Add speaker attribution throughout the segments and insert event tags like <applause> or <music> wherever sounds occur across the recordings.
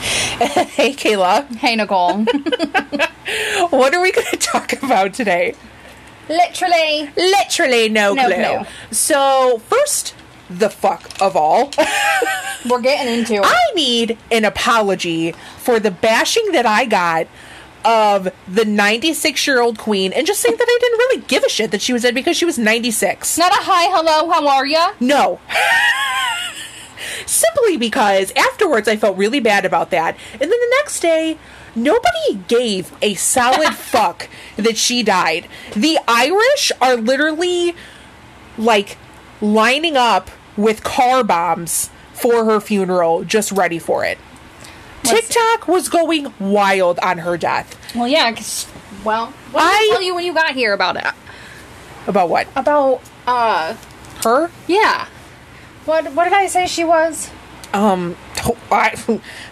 Speaker 1: hey, Kayla.
Speaker 2: Hey, Nicole.
Speaker 1: What are we going to <laughs> talk about today?
Speaker 2: <laughs> Literally.
Speaker 1: Literally no,
Speaker 2: No
Speaker 1: clue.
Speaker 2: clue.
Speaker 1: So, first, the fuck of all. <laughs>
Speaker 2: We're getting into it.
Speaker 1: I need an apology for the bashing that I got of the 96 year old queen and just saying that I didn't really give a shit that she was dead because she was 96.
Speaker 2: Not a hi, hello, how are ya?
Speaker 1: No. <laughs> Simply because afterwards I felt really bad about that. And then the next day, nobody gave a solid fuck that she died. The Irish are literally like lining up with car bombs for her funeral, just ready for it.
Speaker 2: Let's-
Speaker 1: TikTok was going wild on her death.
Speaker 2: Well, yeah, 'cause- well, what did I,
Speaker 1: I-
Speaker 2: tell you when you got here about it?
Speaker 1: About what?
Speaker 2: About, uh,
Speaker 1: Her? <laughs>
Speaker 2: yeah. What, what did I say she was?
Speaker 1: Um, I,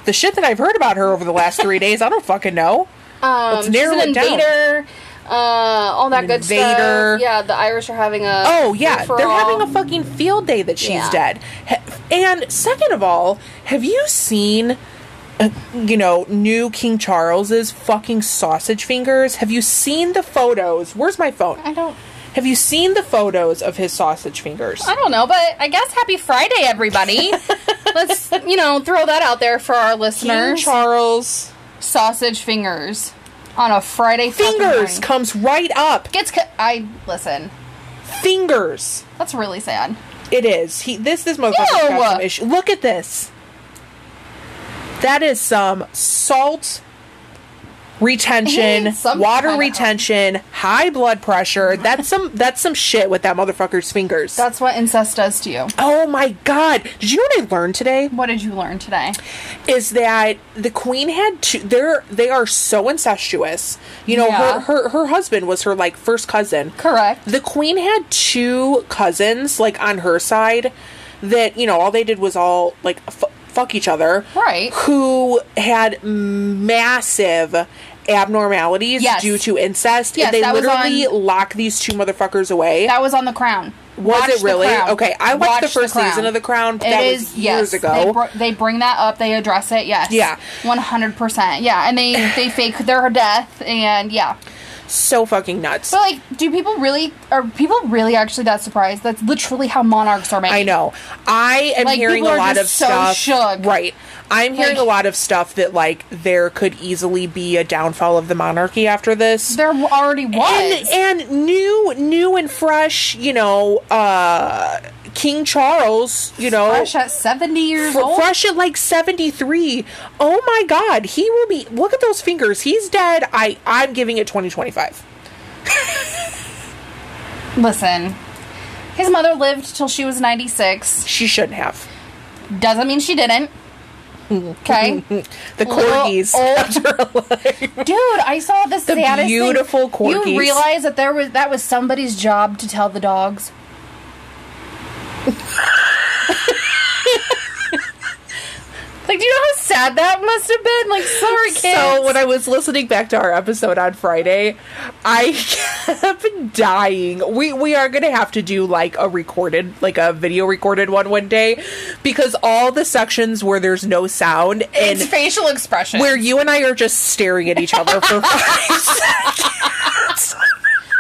Speaker 1: the shit that I've heard about her over the last three days, I don't fucking know.
Speaker 2: Um,
Speaker 1: Let's narrow
Speaker 2: she's an
Speaker 1: it down.
Speaker 2: invader. Uh, all that good
Speaker 1: Invader.
Speaker 2: stuff. Yeah, the Irish are having a.
Speaker 1: Oh yeah, they're
Speaker 2: free-for-all.
Speaker 1: having a fucking field day that she's
Speaker 2: Yeah.
Speaker 1: dead. Ha- And second of all, have you seen, uh, you know, new King Charles's fucking sausage fingers? Have you seen the photos? Where's my phone?
Speaker 2: I don't.
Speaker 1: Have you seen the photos of his sausage fingers?
Speaker 2: I don't know, but I guess Happy Friday, <laughs> everybody. Let's you know throw that out there for our
Speaker 1: King
Speaker 2: listeners.
Speaker 1: Charles
Speaker 2: Sausage fingers on a Friday. fucking
Speaker 1: fingers
Speaker 2: morning.
Speaker 1: comes right up.
Speaker 2: gets. Cu- I listen.
Speaker 1: Fingers.
Speaker 2: That's really sad.
Speaker 1: It is. He this this motherfucker's got some
Speaker 2: Ew.
Speaker 1: issue. Look at this. That is some salt retention,
Speaker 2: Some
Speaker 1: water
Speaker 2: kind of-
Speaker 1: retention, high blood pressure. That's some that's some shit with that motherfucker's fingers.
Speaker 2: That's what incest does to you.
Speaker 1: oh my god. Did you know what I learned today?
Speaker 2: What did you learn today?
Speaker 1: Is that the queen had two they're they are so incestuous. You know,
Speaker 2: Yeah.
Speaker 1: her, her her husband was her like first cousin.
Speaker 2: Correct.
Speaker 1: The queen had two cousins, like on her side, that you know all they did was all like f- fuck each other,
Speaker 2: Right.
Speaker 1: Who had massive abnormalities
Speaker 2: Yes.
Speaker 1: due to incest,
Speaker 2: Yes,
Speaker 1: and they
Speaker 2: that was
Speaker 1: literally
Speaker 2: on-
Speaker 1: lock these two motherfuckers away.
Speaker 2: That was on The Crown.
Speaker 1: was
Speaker 2: Watch
Speaker 1: it
Speaker 2: The
Speaker 1: really
Speaker 2: Crown.
Speaker 1: okay? I watched
Speaker 2: Watch
Speaker 1: the first
Speaker 2: Crown.
Speaker 1: season of The Crown. but
Speaker 2: It
Speaker 1: that
Speaker 2: is
Speaker 1: was years
Speaker 2: yes, They,
Speaker 1: ago.
Speaker 2: br- they bring that up. They address it. Yes.
Speaker 1: Yeah.
Speaker 2: One hundred percent. Yeah, and they
Speaker 1: <coughs>
Speaker 2: they fake their death and yeah.
Speaker 1: so fucking nuts.
Speaker 2: But like, do people really are people really actually that surprised? That's literally how monarchs are made.
Speaker 1: I know. I am
Speaker 2: Like,
Speaker 1: hearing
Speaker 2: people
Speaker 1: a
Speaker 2: are
Speaker 1: lot
Speaker 2: just
Speaker 1: of
Speaker 2: so
Speaker 1: stuff.
Speaker 2: shook.
Speaker 1: Right. I'm hearing
Speaker 2: Like-
Speaker 1: a lot of stuff that like there could easily be a downfall of the monarchy after this.
Speaker 2: There w- already was.
Speaker 1: And and new new and fresh, you know, uh King Charles, you know,
Speaker 2: Fresh at seventy years
Speaker 1: fr-
Speaker 2: old.
Speaker 1: fresh at like 73. Oh my god, he will be Look at those fingers. He's dead. I I'm giving it 2025.
Speaker 2: Listen, his mother lived till she was ninety six.
Speaker 1: She shouldn't have.
Speaker 2: Doesn't mean she didn't.
Speaker 1: <laughs>
Speaker 2: Okay, dude,
Speaker 1: The
Speaker 2: Little
Speaker 1: corgis.
Speaker 2: old-
Speaker 1: After, like,
Speaker 2: I saw the, saddest thing.
Speaker 1: beautiful corgis.
Speaker 2: You realize that there was that was somebody's job to tell
Speaker 1: <laughs>
Speaker 2: the dogs. like, do you know how sad that must have been? Like, sorry, kids.
Speaker 1: So when I was listening back to our episode on Friday, I <laughs> kept dying. We we are gonna have to do like a recorded, like a video recorded one one day, because all the sections where there's no sound and
Speaker 2: it's facial expression.
Speaker 1: where you and I are just staring at each other for five seconds. <laughs>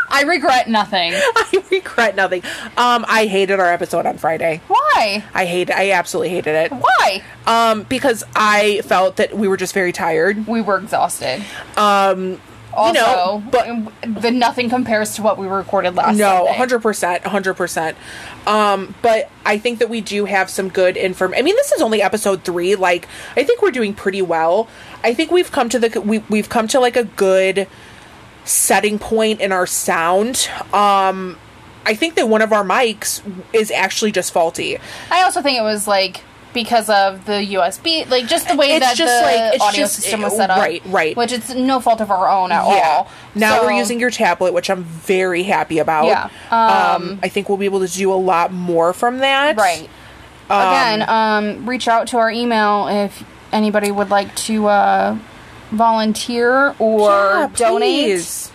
Speaker 2: I regret nothing.
Speaker 1: I regret nothing. Um, I hated our episode on Friday.
Speaker 2: Why?
Speaker 1: I hate. I absolutely hated it.
Speaker 2: Why?
Speaker 1: Um, because I felt that we were just very tired.
Speaker 2: We were exhausted.
Speaker 1: Um,
Speaker 2: Also,
Speaker 1: know,
Speaker 2: but the nothing compares to what we recorded last.
Speaker 1: No,
Speaker 2: Sunday.
Speaker 1: hundred percent, hundred percent. Um, but I think that we do have some good inform. I mean, this is only episode three. Like, I think we're doing pretty well. I think we've come to the we we've come to like a good setting point in our sound. Um, I think that one of our mics is actually just faulty.
Speaker 2: I also think it was like because of the USB, like just the way
Speaker 1: It's
Speaker 2: that
Speaker 1: just,
Speaker 2: the
Speaker 1: like, it's
Speaker 2: audio
Speaker 1: just-
Speaker 2: system was set up.
Speaker 1: right, right.
Speaker 2: Which it's no fault of our own at all.
Speaker 1: Now
Speaker 2: So-
Speaker 1: we're using your tablet, which I'm very happy about.
Speaker 2: Yeah.
Speaker 1: Um,
Speaker 2: Um,
Speaker 1: I think we'll be able to do a lot more from that.
Speaker 2: right. Again, um, reach out to our email if anybody would like to uh, volunteer or
Speaker 1: Yeah,
Speaker 2: donate.
Speaker 1: please.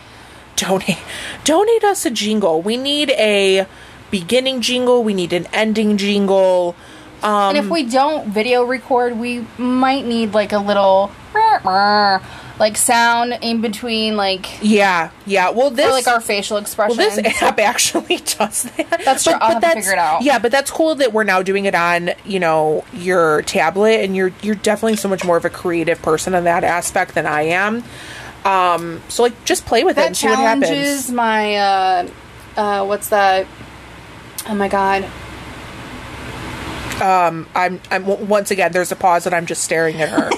Speaker 1: Donate. Donate us a jingle. We need a beginning jingle. We need an ending jingle.
Speaker 2: and if we don't video record, we might need like a little <laughs> like sound in between, like
Speaker 1: Yeah, yeah. Well, this
Speaker 2: or, like our facial expression.
Speaker 1: well, this app actually <laughs> does that.
Speaker 2: That's true. I'll have to figure it out.
Speaker 1: Yeah, but that's cool that we're now doing it on you know your tablet, and you're you're definitely so much more of a creative person in that aspect than I am. Um, so like just play with it
Speaker 2: that
Speaker 1: and see what happens.
Speaker 2: challenges my uh, uh, what's that? Oh my god.
Speaker 1: I'm I'm w- once again there's a pause and I'm just staring at
Speaker 2: <laughs>
Speaker 1: her.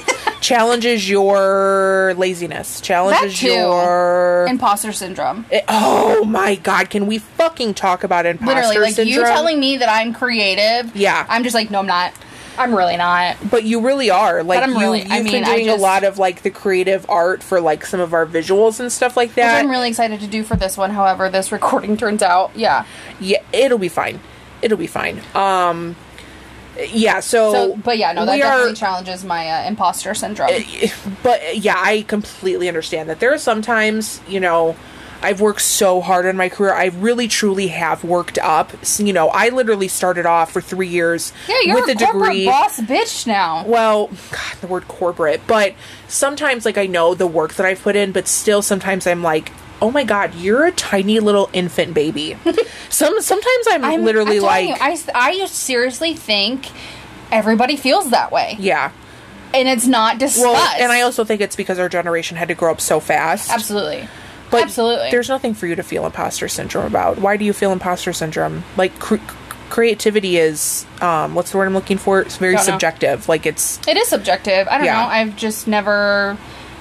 Speaker 1: challenges your laziness. Challenges
Speaker 2: too.
Speaker 1: your
Speaker 2: Imposter syndrome.
Speaker 1: It- oh my god, can we fucking talk about imposter
Speaker 2: Literally, like
Speaker 1: syndrome?
Speaker 2: you telling me that I'm creative.
Speaker 1: Yeah.
Speaker 2: I'm just like, no, I'm not. I'm really not.
Speaker 1: but you really are like
Speaker 2: I'm
Speaker 1: you,
Speaker 2: really-
Speaker 1: you've
Speaker 2: I mean,
Speaker 1: been
Speaker 2: I
Speaker 1: doing
Speaker 2: just-
Speaker 1: a lot of like the creative art for like some of our visuals and stuff like
Speaker 2: Which
Speaker 1: that.
Speaker 2: I'm really excited to do for this one, however, this recording turns out. Yeah.
Speaker 1: yeah, it'll be fine. It'll be fine. Um, yeah. So,
Speaker 2: So, but yeah, no, that
Speaker 1: Oh, we
Speaker 2: definitely
Speaker 1: are-
Speaker 2: challenges my uh, imposter syndrome.
Speaker 1: but uh, yeah, I completely understand that. There are sometimes, you know, I've worked so hard on my career. I really, truly have worked up. S- You know, I literally started off for three years
Speaker 2: yeah, you're
Speaker 1: with
Speaker 2: a,
Speaker 1: a,
Speaker 2: corporate
Speaker 1: degree.
Speaker 2: boss bitch now.
Speaker 1: Well, God, the word corporate, but sometimes, like, I know the work that I've put in, but still, sometimes I'm like, oh my God, you're a tiny little infant
Speaker 2: <laughs>
Speaker 1: baby. Some sometimes I'm,
Speaker 2: I'm
Speaker 1: literally
Speaker 2: I'm telling
Speaker 1: like,
Speaker 2: you, I, s- I seriously think everybody feels that way,
Speaker 1: yeah.
Speaker 2: and it's not discussed.
Speaker 1: Well, and I also think it's because our generation had to grow up so fast.
Speaker 2: absolutely,
Speaker 1: But
Speaker 2: absolutely.
Speaker 1: There's nothing for you to feel imposter syndrome about. Why do you feel imposter syndrome? Like cr- creativity is um what's the word I'm looking for? It's very
Speaker 2: Don't know.
Speaker 1: subjective. Like it's
Speaker 2: It is subjective. I don't
Speaker 1: Yeah.
Speaker 2: know. I've just never.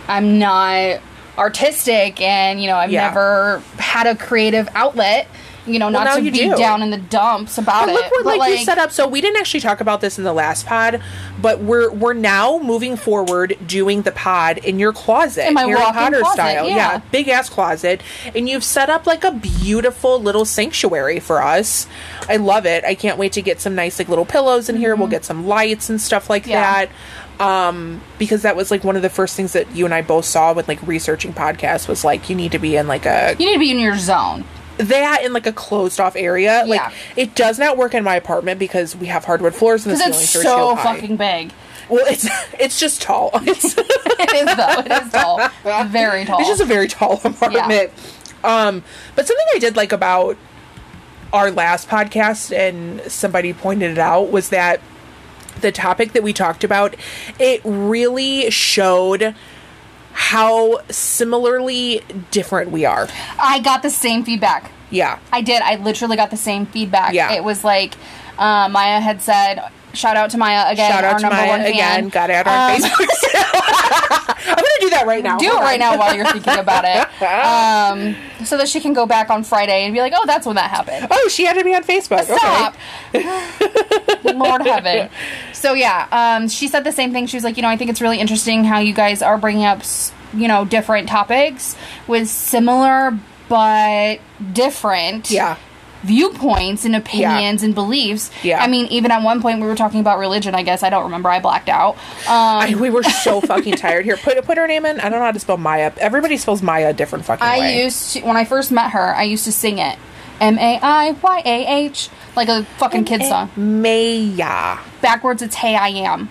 Speaker 2: I'm not artistic, and you know, I've
Speaker 1: Yeah.
Speaker 2: never had a creative outlet. You know, not
Speaker 1: now
Speaker 2: to
Speaker 1: you
Speaker 2: be
Speaker 1: do.
Speaker 2: down in the dumps about
Speaker 1: But
Speaker 2: it.
Speaker 1: look what
Speaker 2: but,
Speaker 1: like, we set up. So we didn't actually talk about this in the last pod, but we're we're now moving forward doing the pod in your closet,
Speaker 2: In my
Speaker 1: Harry
Speaker 2: walk-in
Speaker 1: Potter
Speaker 2: closet,
Speaker 1: style.
Speaker 2: yeah.
Speaker 1: big ass closet, and you've set up like a beautiful little sanctuary for us. I love it. I can't wait to get some nice like little pillows in here. We'll get some lights and stuff like
Speaker 2: Mm-hmm. Yeah.
Speaker 1: that. Um, because that was like one of the first things that you and I both saw when like researching podcasts was like you need to be in like a
Speaker 2: You need to be in your zone.
Speaker 1: that in like a closed off area. Like
Speaker 2: Yeah.
Speaker 1: it does not work in my apartment because we have hardwood floors and the
Speaker 2: Because
Speaker 1: ceilings
Speaker 2: it's
Speaker 1: are so
Speaker 2: so
Speaker 1: high.
Speaker 2: fucking big.
Speaker 1: <laughs>
Speaker 2: <laughs>
Speaker 1: well, it's it's just tall. <laughs> It's,
Speaker 2: It is though. It
Speaker 1: <laughs>
Speaker 2: is tall. Very tall.
Speaker 1: it's just a very tall apartment. Um, but something I did like about our last podcast and somebody pointed it out was that the topic that we talked about it really showed how similarly different we are.
Speaker 2: I got the same feedback.
Speaker 1: Yeah.
Speaker 2: I did. I literally got the same feedback.
Speaker 1: Yeah.
Speaker 2: It was like uh, Maya had said. Shout out to Maya again.
Speaker 1: Shout
Speaker 2: our
Speaker 1: out to
Speaker 2: number one
Speaker 1: Maya
Speaker 2: fan.
Speaker 1: again. Got it on
Speaker 2: Um, <laughs>
Speaker 1: Facebook. <laughs> I'm gonna do that right now.
Speaker 2: do it
Speaker 1: Hold
Speaker 2: right
Speaker 1: on.
Speaker 2: now while you're thinking about
Speaker 1: <laughs>
Speaker 2: it, um, so that she can go back on Friday and be like, "Oh, that's when that happened."
Speaker 1: Oh, she added me on Facebook.
Speaker 2: Stop.
Speaker 1: <laughs> Okay.
Speaker 2: Lord heaven. So yeah, um, she said the same thing. She was like, you know, I think it's really interesting how you guys are bringing up, s- you know, different topics with similar but different.
Speaker 1: Yeah.
Speaker 2: Viewpoints and opinions and beliefs.
Speaker 1: Yeah.
Speaker 2: I mean, even at one point we were talking about religion. I guess I don't remember. I blacked out. Um,
Speaker 1: I- we were so fucking tired. Here, put put her name in. I don't know how to spell Maya. Everybody spells Maya a different fucking
Speaker 2: I
Speaker 1: way.
Speaker 2: used to, when I first met her, I used to sing it. M A I Y A H. Like a fucking kid song.
Speaker 1: Eh, Maya. <laughs>
Speaker 2: Backwards it's Hey I Am.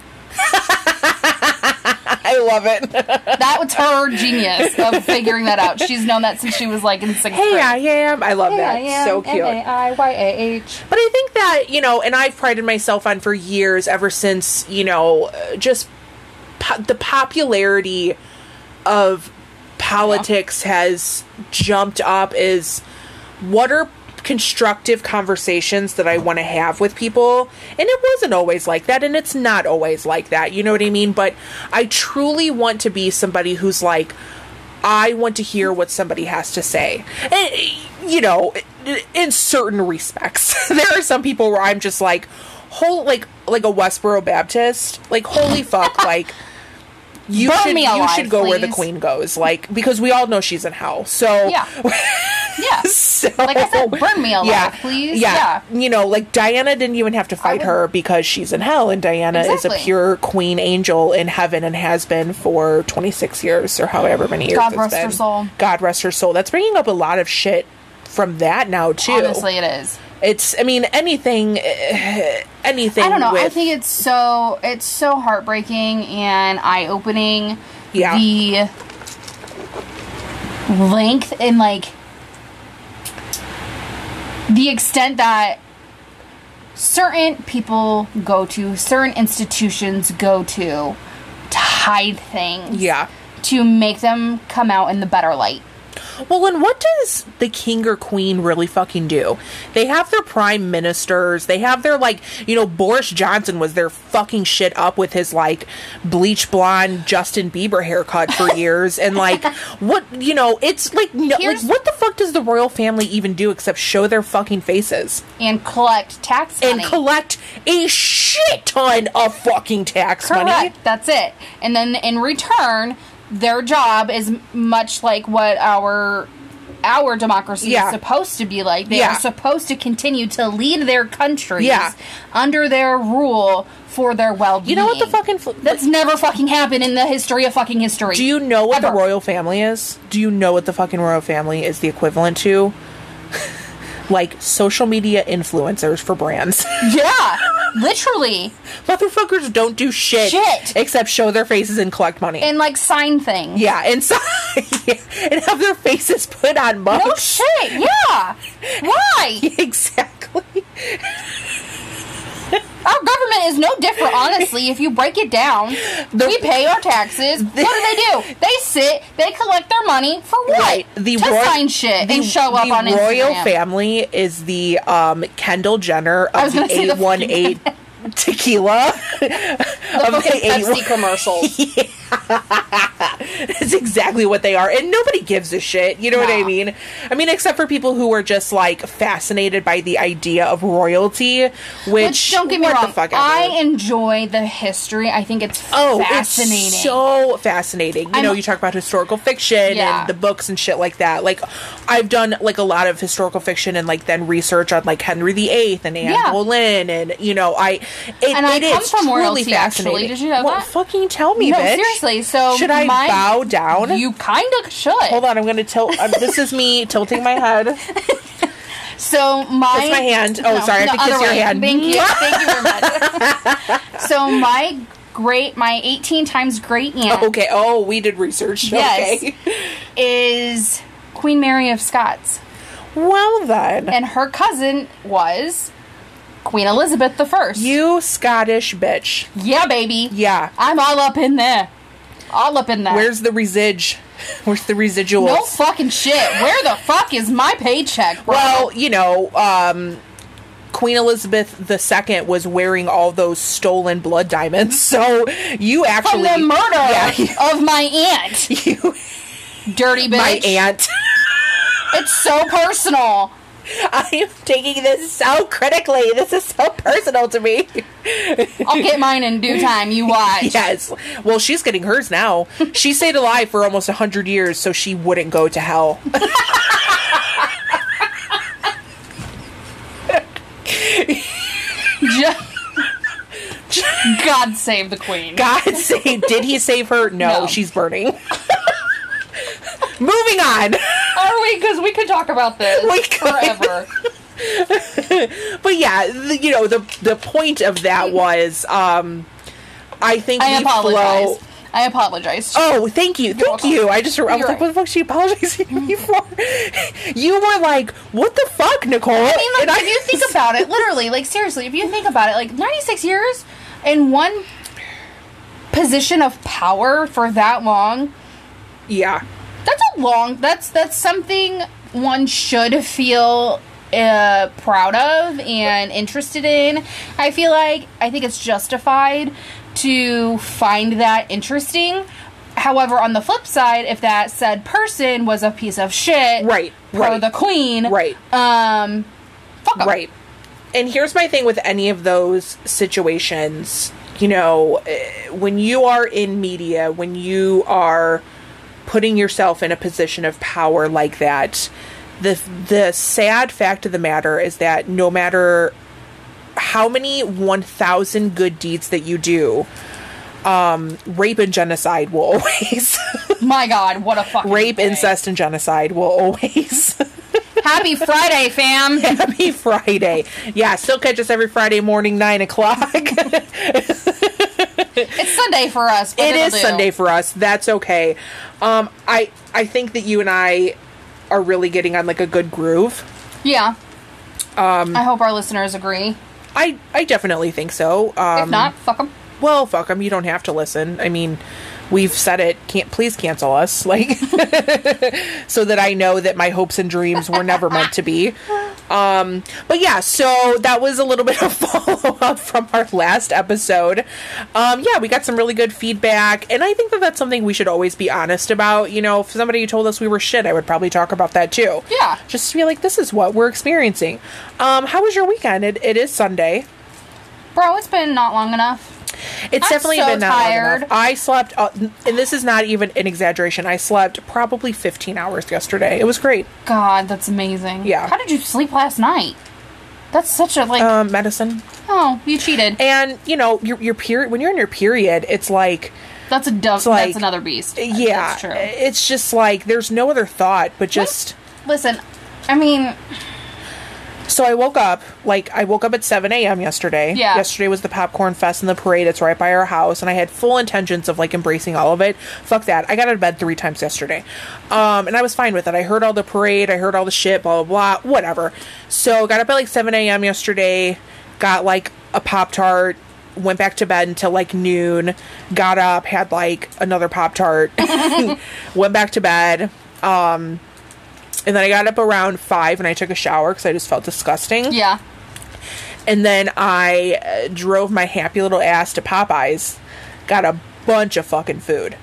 Speaker 1: I love it.
Speaker 2: That was her genius
Speaker 1: <laughs>
Speaker 2: of figuring that out. She's known that since she was like in sixth grade.
Speaker 1: hey, I am. I love
Speaker 2: Hey,
Speaker 1: that.
Speaker 2: I am.
Speaker 1: So cute.
Speaker 2: M-A-I-Y-A-H.
Speaker 1: But I think that, you know, and I've prided myself on for years, ever since, you know, uh, just po- the popularity of politics has jumped up is what are constructive conversations that I want to have with people? And it wasn't always like that, and it's not always like that. You know what I mean? But I truly want to be somebody who's like, I want to hear what somebody has to say. And, you know, in certain respects, <laughs> there are some people where I'm just like, whole like like a Westboro Baptist, like holy fuck,
Speaker 2: <laughs>
Speaker 1: like you
Speaker 2: Burn
Speaker 1: should
Speaker 2: me
Speaker 1: you
Speaker 2: alive,
Speaker 1: should go where the
Speaker 2: please.
Speaker 1: queen goes, like because we all know she's in hell. So <laughs>
Speaker 2: Yeah. Yeah.
Speaker 1: so,
Speaker 2: Like I said, burn me alive, please.
Speaker 1: Yeah. You know, like Diana didn't even have to fight
Speaker 2: would-
Speaker 1: her because she's in hell, and Diana is
Speaker 2: Exactly.
Speaker 1: a pure queen angel in heaven and has been for 26 years or however many years.
Speaker 2: God
Speaker 1: it's
Speaker 2: rest her
Speaker 1: been.
Speaker 2: soul.
Speaker 1: God rest her soul. That's bringing up a lot of shit from that now, too.
Speaker 2: Honestly, it is.
Speaker 1: It's, I mean, anything, eh, anything.
Speaker 2: I don't know. I
Speaker 1: with-
Speaker 2: think it's so it's so heartbreaking and eye opening.
Speaker 1: Yeah.
Speaker 2: The length and like the extent that certain people go to, certain institutions go to to hide things.
Speaker 1: Yeah.
Speaker 2: To make them come out in the better light.
Speaker 1: Well, and what does the king or queen really fucking do? They have their prime ministers. They have their like, you know, Boris Johnson was their fucking shit up with his like bleach blonde Justin Bieber haircut
Speaker 2: <laughs>
Speaker 1: for years, and like, what you know, it's like, no, like,
Speaker 2: Here's-
Speaker 1: what the fuck does the royal family even do except show their fucking faces
Speaker 2: And collect tax money.
Speaker 1: and collect a shit ton of fucking tax money?
Speaker 2: Correct. That's it. And then in return, their job is m- much like what our our democracy
Speaker 1: Yeah.
Speaker 2: is supposed to be like. They
Speaker 1: Yeah.
Speaker 2: are supposed to continue to lead their countries
Speaker 1: Yeah.
Speaker 2: under their rule for their well being.
Speaker 1: You know what the fucking fl-
Speaker 2: That's never fucking happened in the history of fucking history.
Speaker 1: Do you know what the
Speaker 2: Ever.
Speaker 1: royal family is? Do you know what the fucking royal family is the equivalent to? <laughs> like social media influencers for brands.
Speaker 2: <laughs>
Speaker 1: <laughs>
Speaker 2: Yeah. Literally.
Speaker 1: Motherfuckers don't do shit,
Speaker 2: Shit.
Speaker 1: except show their faces and collect money.
Speaker 2: And like sign things.
Speaker 1: yeah, and so <laughs> yeah, and have their faces put on mugs.
Speaker 2: No shit. Yeah. Why?
Speaker 1: <laughs> exactly.
Speaker 2: Our government is no
Speaker 1: <laughs>
Speaker 2: different, honestly, if you break it down.
Speaker 1: The-
Speaker 2: we pay our taxes. What do
Speaker 1: <laughs>
Speaker 2: they do? They sit, they collect their money for what?
Speaker 1: Right. The
Speaker 2: to
Speaker 1: roy-
Speaker 2: sign shit
Speaker 1: The-
Speaker 2: and show up
Speaker 1: the
Speaker 2: on
Speaker 1: royal
Speaker 2: Instagram.
Speaker 1: family is the um, Kendall Jenner of
Speaker 2: was
Speaker 1: the
Speaker 2: gonna say
Speaker 1: eight
Speaker 2: the
Speaker 1: one
Speaker 2: <laughs>
Speaker 1: eight tequila
Speaker 2: The
Speaker 1: of the
Speaker 2: fucking
Speaker 1: eight <laughs>
Speaker 2: Pepsi commercials.
Speaker 1: It's exactly what they are, and nobody gives a shit. You know what I
Speaker 2: No.
Speaker 1: mean? I mean, except for people who are just like fascinated by the idea of royalty, which,
Speaker 2: Which don't get me
Speaker 1: what the
Speaker 2: wrong,
Speaker 1: fuck ever.
Speaker 2: I enjoy the history. I think it's
Speaker 1: oh,
Speaker 2: fascinating.
Speaker 1: it's so fascinating. You
Speaker 2: I'm-
Speaker 1: know, you talk about historical fiction
Speaker 2: Yeah.
Speaker 1: and the books and shit like that. Like, I've done like a lot of historical fiction and like then research on like Henry VIII and Anne
Speaker 2: Yeah.
Speaker 1: Boleyn, and you know, I it,
Speaker 2: And I
Speaker 1: it
Speaker 2: come
Speaker 1: is
Speaker 2: from
Speaker 1: truly
Speaker 2: royalty, actually.
Speaker 1: fascinating.
Speaker 2: Did you know
Speaker 1: well,
Speaker 2: that?
Speaker 1: Fucking tell me,
Speaker 2: no,
Speaker 1: bitch.
Speaker 2: seriously. So
Speaker 1: should I
Speaker 2: my-
Speaker 1: bow down?
Speaker 2: You kind of should.
Speaker 1: Hold on, I'm gonna tilt. Um, this is <laughs> me tilting my head. Kiss
Speaker 2: So my
Speaker 1: my hand. Oh, sorry, I have
Speaker 2: the
Speaker 1: to kiss
Speaker 2: other
Speaker 1: your
Speaker 2: way.
Speaker 1: hand. <laughs>
Speaker 2: Thank you, thank you very much. so my great, my eighteen times great aunt
Speaker 1: Okay. Oh, we did research.
Speaker 2: Yes.
Speaker 1: Okay.
Speaker 2: is Queen Mary of Scots,
Speaker 1: Well then,
Speaker 2: and her cousin was Queen Elizabeth the First.
Speaker 1: you Scottish bitch.
Speaker 2: yeah, baby,
Speaker 1: Yeah.
Speaker 2: I'm all up in there, all up in there.
Speaker 1: Where's the residge? <laughs> Where's the residuals?
Speaker 2: no fucking shit? Where the fuck is my paycheck? Bro?
Speaker 1: well, you know, um, Queen Elizabeth II was wearing all those stolen blood diamonds, so you
Speaker 2: from
Speaker 1: actually
Speaker 2: the murder
Speaker 1: Yeah.
Speaker 2: of my aunt,
Speaker 1: <laughs> You,
Speaker 2: dirty bitch.
Speaker 1: my aunt. <laughs>
Speaker 2: It's so personal.
Speaker 1: I am taking this so critically. This is so personal to me.
Speaker 2: I'll get mine in due
Speaker 1: <laughs>
Speaker 2: time. You watch.
Speaker 1: Yes. Well, she's getting hers now. She stayed alive for almost 100 years, so she wouldn't go to hell.
Speaker 2: <laughs> Ju- <laughs> God save the queen.
Speaker 1: God save. Did he save her? No,
Speaker 2: No.
Speaker 1: she's burning. <laughs> Moving on.
Speaker 2: Are we? Because we could talk about this
Speaker 1: We could.
Speaker 2: forever.
Speaker 1: But yeah, the, you know, the the point of that was um I think
Speaker 2: I
Speaker 1: we flow-
Speaker 2: apologize. I apologize.
Speaker 1: Oh, thank you, thank
Speaker 2: welcome.
Speaker 1: you. I just I was
Speaker 2: You're
Speaker 1: like, what the fuck is she
Speaker 2: <laughs>
Speaker 1: apologizing <laughs> to me for? You were like, what the fuck, Nicole?
Speaker 2: I mean, like,
Speaker 1: And
Speaker 2: if you
Speaker 1: <laughs>
Speaker 2: think about it, literally, like, seriously, if you think about it, like, 96 years in one position of power for that long,
Speaker 1: yeah,
Speaker 2: that's a long, that's, that's something one should feel uh, proud of and interested in. I feel like, I think it's justified to find that interesting. However, on the flip side, if that said person was a piece of shit,
Speaker 1: Right,
Speaker 2: per
Speaker 1: right,
Speaker 2: the queen,
Speaker 1: right.
Speaker 2: um, fuck 'em.
Speaker 1: Right. And here's my thing with any of those situations. You know, eh, when you are in media, when you are putting yourself in a position of power like that, the the sad fact of the matter is that no matter how many 1000 good deeds that you do, um rape and genocide will <laughs> always
Speaker 2: My God, what a fucking
Speaker 1: rape, <laughs>
Speaker 2: thing.
Speaker 1: incest and genocide will always
Speaker 2: Happy Friday,
Speaker 1: <laughs>
Speaker 2: fam.
Speaker 1: Happy Friday. Yeah, still catch us every Friday morning, 9
Speaker 2: <laughs>
Speaker 1: o'clock. it
Speaker 2: It's Sunday for us. but it'll
Speaker 1: is
Speaker 2: do.
Speaker 1: Sunday for us. That's okay. Um, I, I think that you and I are really getting on like a good groove.
Speaker 2: Yeah. Um, I hope our listeners agree.
Speaker 1: I, I definitely think so. Um,
Speaker 2: If not, fuck them.
Speaker 1: well, fuck them. You don't have to listen. I mean, we've said it. Can't please cancel us, <laughs> like, so that I know that my hopes and dreams were never meant to be. Um, but yeah, so that was a little <laughs> bit of follow up from our last episode. Um, yeah, we got some really good feedback, and I think that that's something we should always be honest about. You know, if somebody told us we were shit, I would probably talk about that too.
Speaker 2: Yeah.
Speaker 1: just to be like, this is what we're experiencing. Um, how was your weekend? It, it is Sunday.
Speaker 2: Bro, it's been not long enough.
Speaker 1: It's
Speaker 2: I'm
Speaker 1: definitely
Speaker 2: so
Speaker 1: been that long
Speaker 2: tired.
Speaker 1: enough. I slept, uh, and this is not even an exaggeration. I slept probably 15 hours yesterday. It was great.
Speaker 2: God, that's amazing.
Speaker 1: Yeah.
Speaker 2: How did you sleep last night? That's such a like.
Speaker 1: Um, medicine,
Speaker 2: oh, you cheated.
Speaker 1: and you know your your period. When you're in your period, it's like,
Speaker 2: That's a dove.
Speaker 1: like- uh,
Speaker 2: that's another beast.
Speaker 1: yeah,
Speaker 2: That's true.
Speaker 1: it's just like there's no other thought but just.
Speaker 2: Listen, I mean,
Speaker 1: So I woke up like I woke up at 7 a.m. yesterday.
Speaker 2: Yeah.
Speaker 1: Yesterday was the popcorn fest and the parade. It's right by our house, and I had full intentions of like embracing all of it. Fuck that. I got out of bed three times yesterday, um, and I was fine with it. I heard all the parade. I heard all the shit. Blah blah blah. Whatever. So got up at like 7 a.m. yesterday. Got like a pop tart. Went back to bed until like noon. Got up, had like another pop tart. <laughs> went back to bed. And then I got up around five and I took a shower because I just felt disgusting.
Speaker 2: yeah.
Speaker 1: And then I uh, drove my happy little ass to Popeyes, got a bunch of fucking food.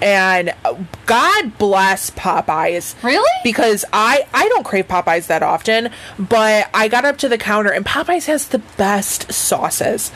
Speaker 1: And uh, God bless Popeyes.
Speaker 2: Really?
Speaker 1: Because I I don't crave Popeyes that often, but I got up to the counter and Popeyes has the best sauces.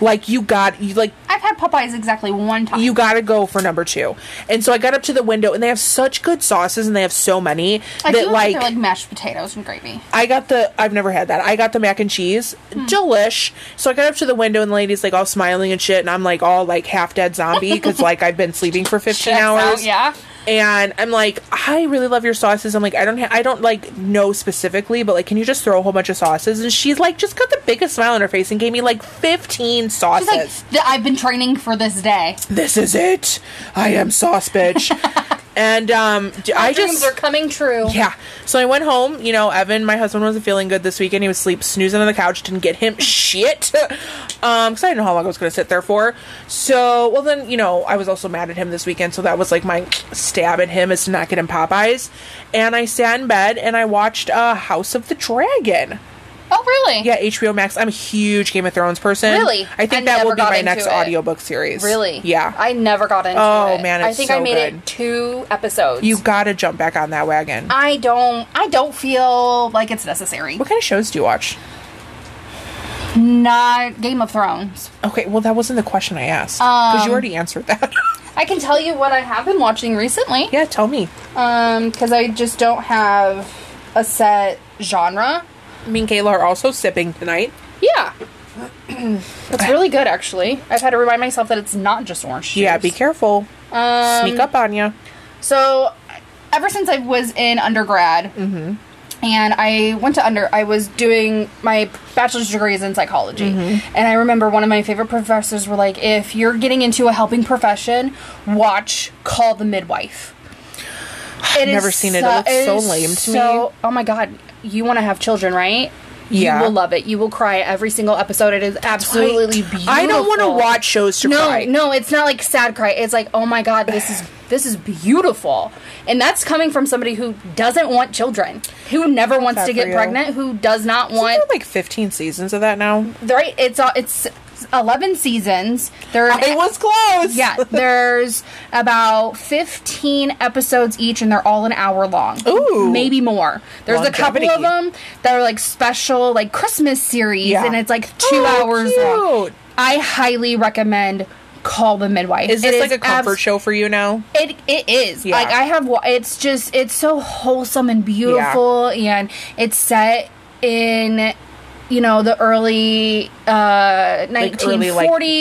Speaker 1: Like you got you like
Speaker 2: I've had Popeyes exactly one time.
Speaker 1: you got to go for number 2. And so I got up to the window and they have such good sauces and they have so many that
Speaker 2: I do like,
Speaker 1: like
Speaker 2: they're like mashed potatoes and gravy.
Speaker 1: I got the I've never had that. I got the mac and cheese.
Speaker 2: Hmm.
Speaker 1: Delish. So I got up to the window and the lady's like all smiling and shit and I'm like all like half dead zombie
Speaker 2: <laughs>
Speaker 1: cuz like I've been sleeping for 15
Speaker 2: Checks out,
Speaker 1: hours.
Speaker 2: yeah.
Speaker 1: And I'm like I really love your sauces. I'm like I don't ha- I don't like know specifically, but like can you just throw a whole bunch of sauces? And she's like just got the biggest smile on her face and gave me like 15 sauces
Speaker 2: It's like th- I've been training for this day.
Speaker 1: this is it. I am sauce
Speaker 2: <laughs>
Speaker 1: bitch. and um, d- I just
Speaker 2: coming true.
Speaker 1: yeah. So I went home. You know, Evan, my husband wasn't feeling good this weekend. He was sleep snoozing on the couch. Didn't get him <laughs> shit. um, because I didn't know how long I was going to sit there for. So well, then you know, I was also mad at him this weekend. So that was like my stab at him is to not get him Popeyes. And I sat in bed and I watched uh, House of the Dragon.
Speaker 2: Oh, really?
Speaker 1: Yeah, HBO Max. I'm a huge Game of Thrones person.
Speaker 3: Really?
Speaker 1: I think
Speaker 3: I
Speaker 1: that
Speaker 3: never
Speaker 1: will be
Speaker 3: got
Speaker 1: my
Speaker 3: into
Speaker 1: next
Speaker 3: it.
Speaker 1: audiobook series.
Speaker 3: Really?
Speaker 1: Yeah.
Speaker 3: I never got into
Speaker 1: Oh,
Speaker 3: it.
Speaker 1: man,
Speaker 3: I
Speaker 1: it's
Speaker 3: think
Speaker 1: so
Speaker 3: I made
Speaker 1: good.
Speaker 3: it two episodes.
Speaker 1: You gotta jump back on that wagon.
Speaker 2: I don't. I don't feel like it's necessary.
Speaker 1: What kind of shows do you watch?
Speaker 2: Not Game of Thrones.
Speaker 1: Okay, well, that wasn't the question I asked. Because
Speaker 2: Um,
Speaker 1: you already answered that. <laughs>
Speaker 2: I can tell you what I have been watching recently.
Speaker 1: yeah, tell me.
Speaker 2: Um, because I just don't have a set genre.
Speaker 1: Me and Kayla are also sipping tonight.
Speaker 2: Yeah. <clears throat> it's really good, actually. I've had to remind myself that it's not just orange juice.
Speaker 1: Yeah, be careful. Sneak
Speaker 2: Um,
Speaker 1: up on you.
Speaker 2: So, ever since I was in undergrad,
Speaker 1: Mm-hmm.
Speaker 2: and I went to under, I was doing my bachelor's degrees in psychology,
Speaker 1: Mm-hmm.
Speaker 2: and I remember one of my favorite professors were like, "If you're getting into a helping profession, watch Call the Midwife." I've
Speaker 1: never seen it. It looks so lame to me.
Speaker 2: Oh my god, you want to have children, right?
Speaker 1: Yeah.
Speaker 2: you will love it. You will cry every single episode. It is absolutely beautiful.
Speaker 1: I don't want to watch shows to
Speaker 2: No,
Speaker 1: cry.
Speaker 2: no, it's not like sad cry. It's like, oh my god, this is this is beautiful, and that's coming from somebody who doesn't want children, who never wants
Speaker 1: Sad
Speaker 2: to
Speaker 1: for
Speaker 2: get
Speaker 1: you.
Speaker 2: pregnant, who does not
Speaker 1: Isn't
Speaker 2: want
Speaker 1: there like 15 seasons of that now?
Speaker 2: right. It's all it's eleven seasons. There,
Speaker 1: It was close. <laughs>
Speaker 2: yeah. There's about fifteen episodes each, and they're all an hour long.
Speaker 1: Ooh.
Speaker 2: maybe more. There's a
Speaker 1: Longevity.
Speaker 2: couple of them that are like special, like Christmas series,
Speaker 1: Yeah.
Speaker 2: and it's like two
Speaker 1: Oh,
Speaker 2: hours long.
Speaker 1: cute.
Speaker 2: I highly recommend. Call the midwife.
Speaker 1: Is
Speaker 2: It
Speaker 1: this like a comfort
Speaker 2: abs-
Speaker 1: show for you now?
Speaker 2: it it is
Speaker 1: Yeah.
Speaker 2: like I have. wa- It's just it's so wholesome and beautiful, and it's set in you know the early uh, 1940s
Speaker 1: early,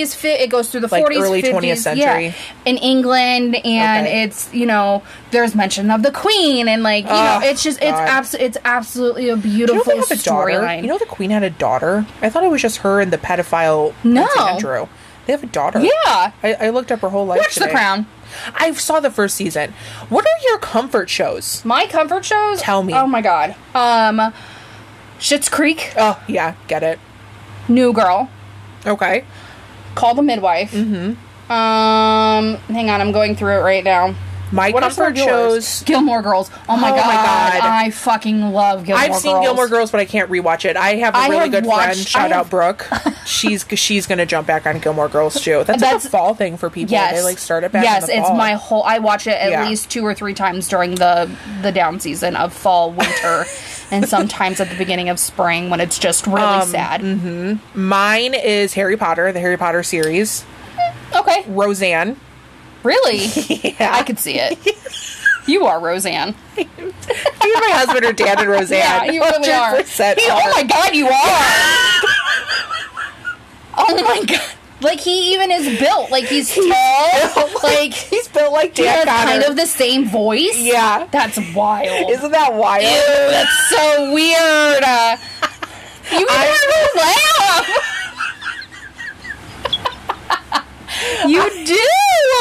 Speaker 1: like-
Speaker 2: fi- it goes through the
Speaker 1: like
Speaker 2: 40s
Speaker 1: early 20th
Speaker 2: 50s,
Speaker 1: century.
Speaker 2: yeah, in england and
Speaker 1: Okay.
Speaker 2: it's you know there's mention of the queen and like you
Speaker 1: Oh,
Speaker 2: know it's just it's
Speaker 1: God.
Speaker 2: abs- it's absolutely a
Speaker 1: Do you know
Speaker 2: beautiful
Speaker 1: they have a daughter?
Speaker 2: storyline
Speaker 1: You know the queen had a daughter. I thought it was just her and the pedophile
Speaker 2: No.
Speaker 1: Prince Andrew. They have a daughter.
Speaker 2: yeah
Speaker 1: I, I looked up her whole life.
Speaker 2: watch the
Speaker 1: today.
Speaker 2: crown
Speaker 1: I saw the first season. What are your comfort shows?
Speaker 2: my comfort shows
Speaker 1: Tell me.
Speaker 2: oh my god um Schitt's creek
Speaker 1: Oh yeah, get it.
Speaker 2: new girl
Speaker 1: Okay.
Speaker 2: call the midwife mm-hmm. um hang on i'm going through it right now
Speaker 1: My
Speaker 2: What are some
Speaker 1: comfort
Speaker 2: of yours?
Speaker 1: shows.
Speaker 2: Gilmore Girls. Oh my,
Speaker 1: Oh my
Speaker 2: god,
Speaker 1: God.
Speaker 2: I fucking love Gilmore
Speaker 1: I've seen
Speaker 2: Girls.
Speaker 1: Gilmore Girls, but I can't rewatch it. I have a
Speaker 2: I
Speaker 1: really
Speaker 2: have
Speaker 1: good friend.
Speaker 2: watched-
Speaker 1: Shout
Speaker 2: I
Speaker 1: out
Speaker 2: have- <laughs>
Speaker 1: Brooke. she's she's gonna jump back on Gilmore Girls too. That's, like a
Speaker 2: That's-
Speaker 1: fall thing for people.
Speaker 2: Yes,
Speaker 1: They like start it back.
Speaker 2: Yes,
Speaker 1: in the
Speaker 2: it's
Speaker 1: fall.
Speaker 2: my whole. I watch it at
Speaker 1: Yeah.
Speaker 2: least two or three times during the the down season of fall,
Speaker 1: <laughs>
Speaker 2: winter, and sometimes at the beginning of spring when it's just really
Speaker 1: Um,
Speaker 2: sad.
Speaker 1: mm-hmm. Mine is Harry Potter, the Harry Potter series.
Speaker 2: Okay,
Speaker 1: Roseanne. <laughs>
Speaker 2: really, I could see <laughs> it. You are Roseanne.
Speaker 1: You and my husband are Dan and Roseanne.
Speaker 2: <laughs> Yeah, you really
Speaker 1: <laughs>
Speaker 2: are.
Speaker 1: 100%
Speaker 2: He- oh my god, you <laughs> are. oh my god. Like he even is built. Like he's tall. <laughs> Like
Speaker 1: He's built like
Speaker 2: he
Speaker 1: Dan
Speaker 2: has
Speaker 1: Connor.
Speaker 2: kind of the same voice.
Speaker 1: Yeah.
Speaker 2: That's wild.
Speaker 1: Isn't that wild?
Speaker 2: Ew, that's so weird. Uh, you made her laugh. <laughs> you do.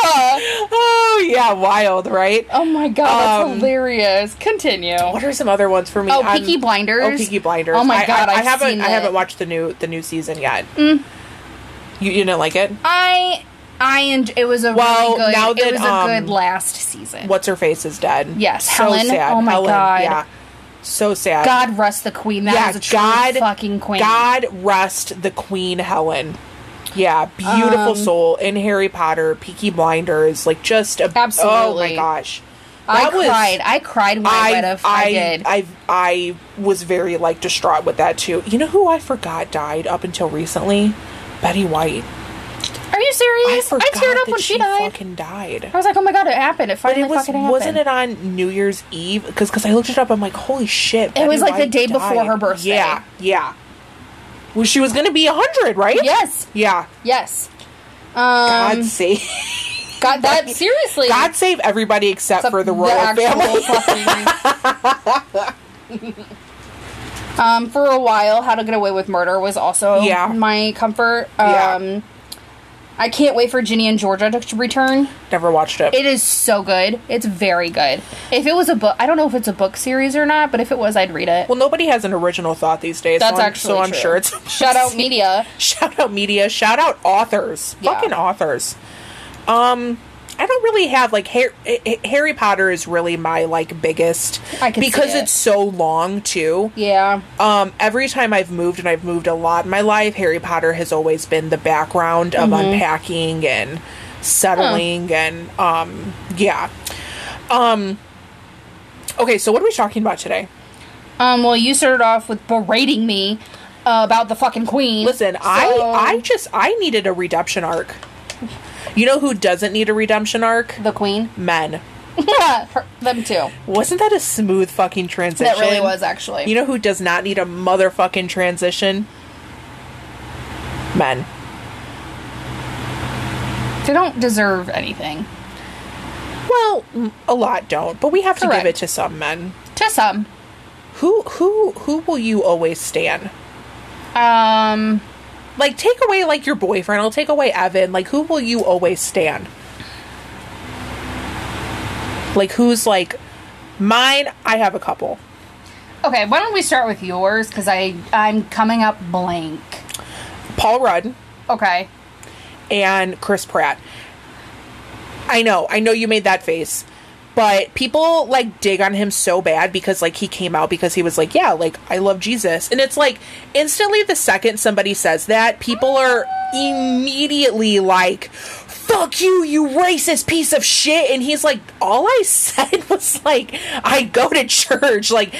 Speaker 1: Oh yeah, wild, right?
Speaker 2: Oh my god, that's
Speaker 1: Um,
Speaker 2: hilarious. Continue.
Speaker 1: What are some other ones for me?
Speaker 2: Oh,
Speaker 1: I'm-
Speaker 2: Peaky Blinders.
Speaker 1: Oh, Peaky Blinders.
Speaker 2: Oh my
Speaker 1: I-
Speaker 2: god,
Speaker 1: I, I,
Speaker 2: I've
Speaker 1: haven't.
Speaker 2: seen
Speaker 1: I haven't
Speaker 2: it. Mm.
Speaker 1: watched the new the new season yet. You, you didn't like it?
Speaker 2: I I en- it was a
Speaker 1: Well,
Speaker 2: really good
Speaker 1: now that,
Speaker 2: it was a
Speaker 1: um,
Speaker 2: good last season.
Speaker 1: What's her face is dead.
Speaker 2: Yes, Helen. Oh my God.
Speaker 1: Yeah, so sad.
Speaker 2: God rest the queen. That was a true fucking queen.
Speaker 1: God rest the queen, Helen. Yeah, beautiful
Speaker 2: Um,
Speaker 1: soul in Harry Potter, Peaky Blinders, like just a, Oh my
Speaker 2: Absolutely.
Speaker 1: gosh,
Speaker 2: I
Speaker 1: That was-
Speaker 2: cried. I cried when I, read of I, did.
Speaker 1: I, I was very like distraught with that too. You know who I forgot died up until recently? Betty White.
Speaker 2: Are you
Speaker 1: I
Speaker 2: serious? I,
Speaker 1: forgot
Speaker 2: teared up
Speaker 1: that
Speaker 2: when she, died.
Speaker 1: fucking died.
Speaker 2: I was like, oh my god, it happened. It
Speaker 1: But
Speaker 2: finally
Speaker 1: it was
Speaker 2: fucking happened.
Speaker 1: wasn't it on New Year's Eve? Because I looked it up. I'm like, holy shit! Betty
Speaker 2: was, like, the
Speaker 1: White
Speaker 2: day before
Speaker 1: died.
Speaker 2: her birthday.
Speaker 1: Yeah, yeah. Well, she was gonna be hundred, right?
Speaker 2: Yes.
Speaker 1: Yeah.
Speaker 2: Yes.
Speaker 1: God
Speaker 2: Um,
Speaker 1: save,
Speaker 2: God, that seriously.
Speaker 1: God save everybody except
Speaker 2: Except
Speaker 1: for the royal family.
Speaker 2: actual fucking- <laughs> um, for a while, How to Get Away with Murder was also
Speaker 1: Yeah.
Speaker 2: my comfort. Um,
Speaker 1: Yeah.
Speaker 2: I can't wait for Ginny and Georgia to return.
Speaker 1: Never watched it.
Speaker 2: It is so good. It's very good. If it was a book, I don't know if it's a book series or not, but if it was, I'd read it.
Speaker 1: Well, nobody has an original thought these days.
Speaker 2: That's
Speaker 1: so I'm,
Speaker 2: actually
Speaker 1: so I'm
Speaker 2: true.
Speaker 1: sure it's
Speaker 2: Shout out media.
Speaker 1: shout out media shout out authors
Speaker 2: Yeah.
Speaker 1: fucking authors um i don't really have like harry, harry potter is really my like biggest
Speaker 2: I can see
Speaker 1: because
Speaker 2: it.
Speaker 1: it's so long too
Speaker 2: Yeah.
Speaker 1: um every time i've moved and i've moved a lot in my life harry potter has always been the background of
Speaker 2: Mm-hmm.
Speaker 1: unpacking and settling and um yeah um okay so what are we talking about today
Speaker 2: Um, well, you started off with berating me uh, about the fucking queen.
Speaker 1: Listen,
Speaker 2: So-
Speaker 1: I I just I needed a redemption arc. You know who doesn't need a redemption arc?
Speaker 2: the queen. <laughs>
Speaker 1: Men.
Speaker 2: Her- Them too.
Speaker 1: Wasn't that a smooth fucking transition?
Speaker 2: That really was actually.
Speaker 1: You know who does not need a motherfucking transition? Men.
Speaker 2: they don't deserve anything.
Speaker 1: Well, m- a lot don't, but we have to give it
Speaker 2: Correct.
Speaker 1: to some men.
Speaker 2: To some,
Speaker 1: Who who who will you always stand?
Speaker 2: um,
Speaker 1: Like take away like your boyfriend, I'll take away Evan. Like who will you always stand? Like who's like mine? I have a couple.
Speaker 2: okay. Why don't we start with yours? Because I I'm coming up blank.
Speaker 1: Paul Rudd
Speaker 2: Okay.
Speaker 1: and Chris Pratt. I know, I know you made that face, but people like dig on him so bad because like he came out because he was like, yeah, like I love Jesus. And it's like instantly the second somebody says that, people are immediately like, fuck you, you racist piece of shit. And he's like, all I <laughs> said was like, I go to church. Like,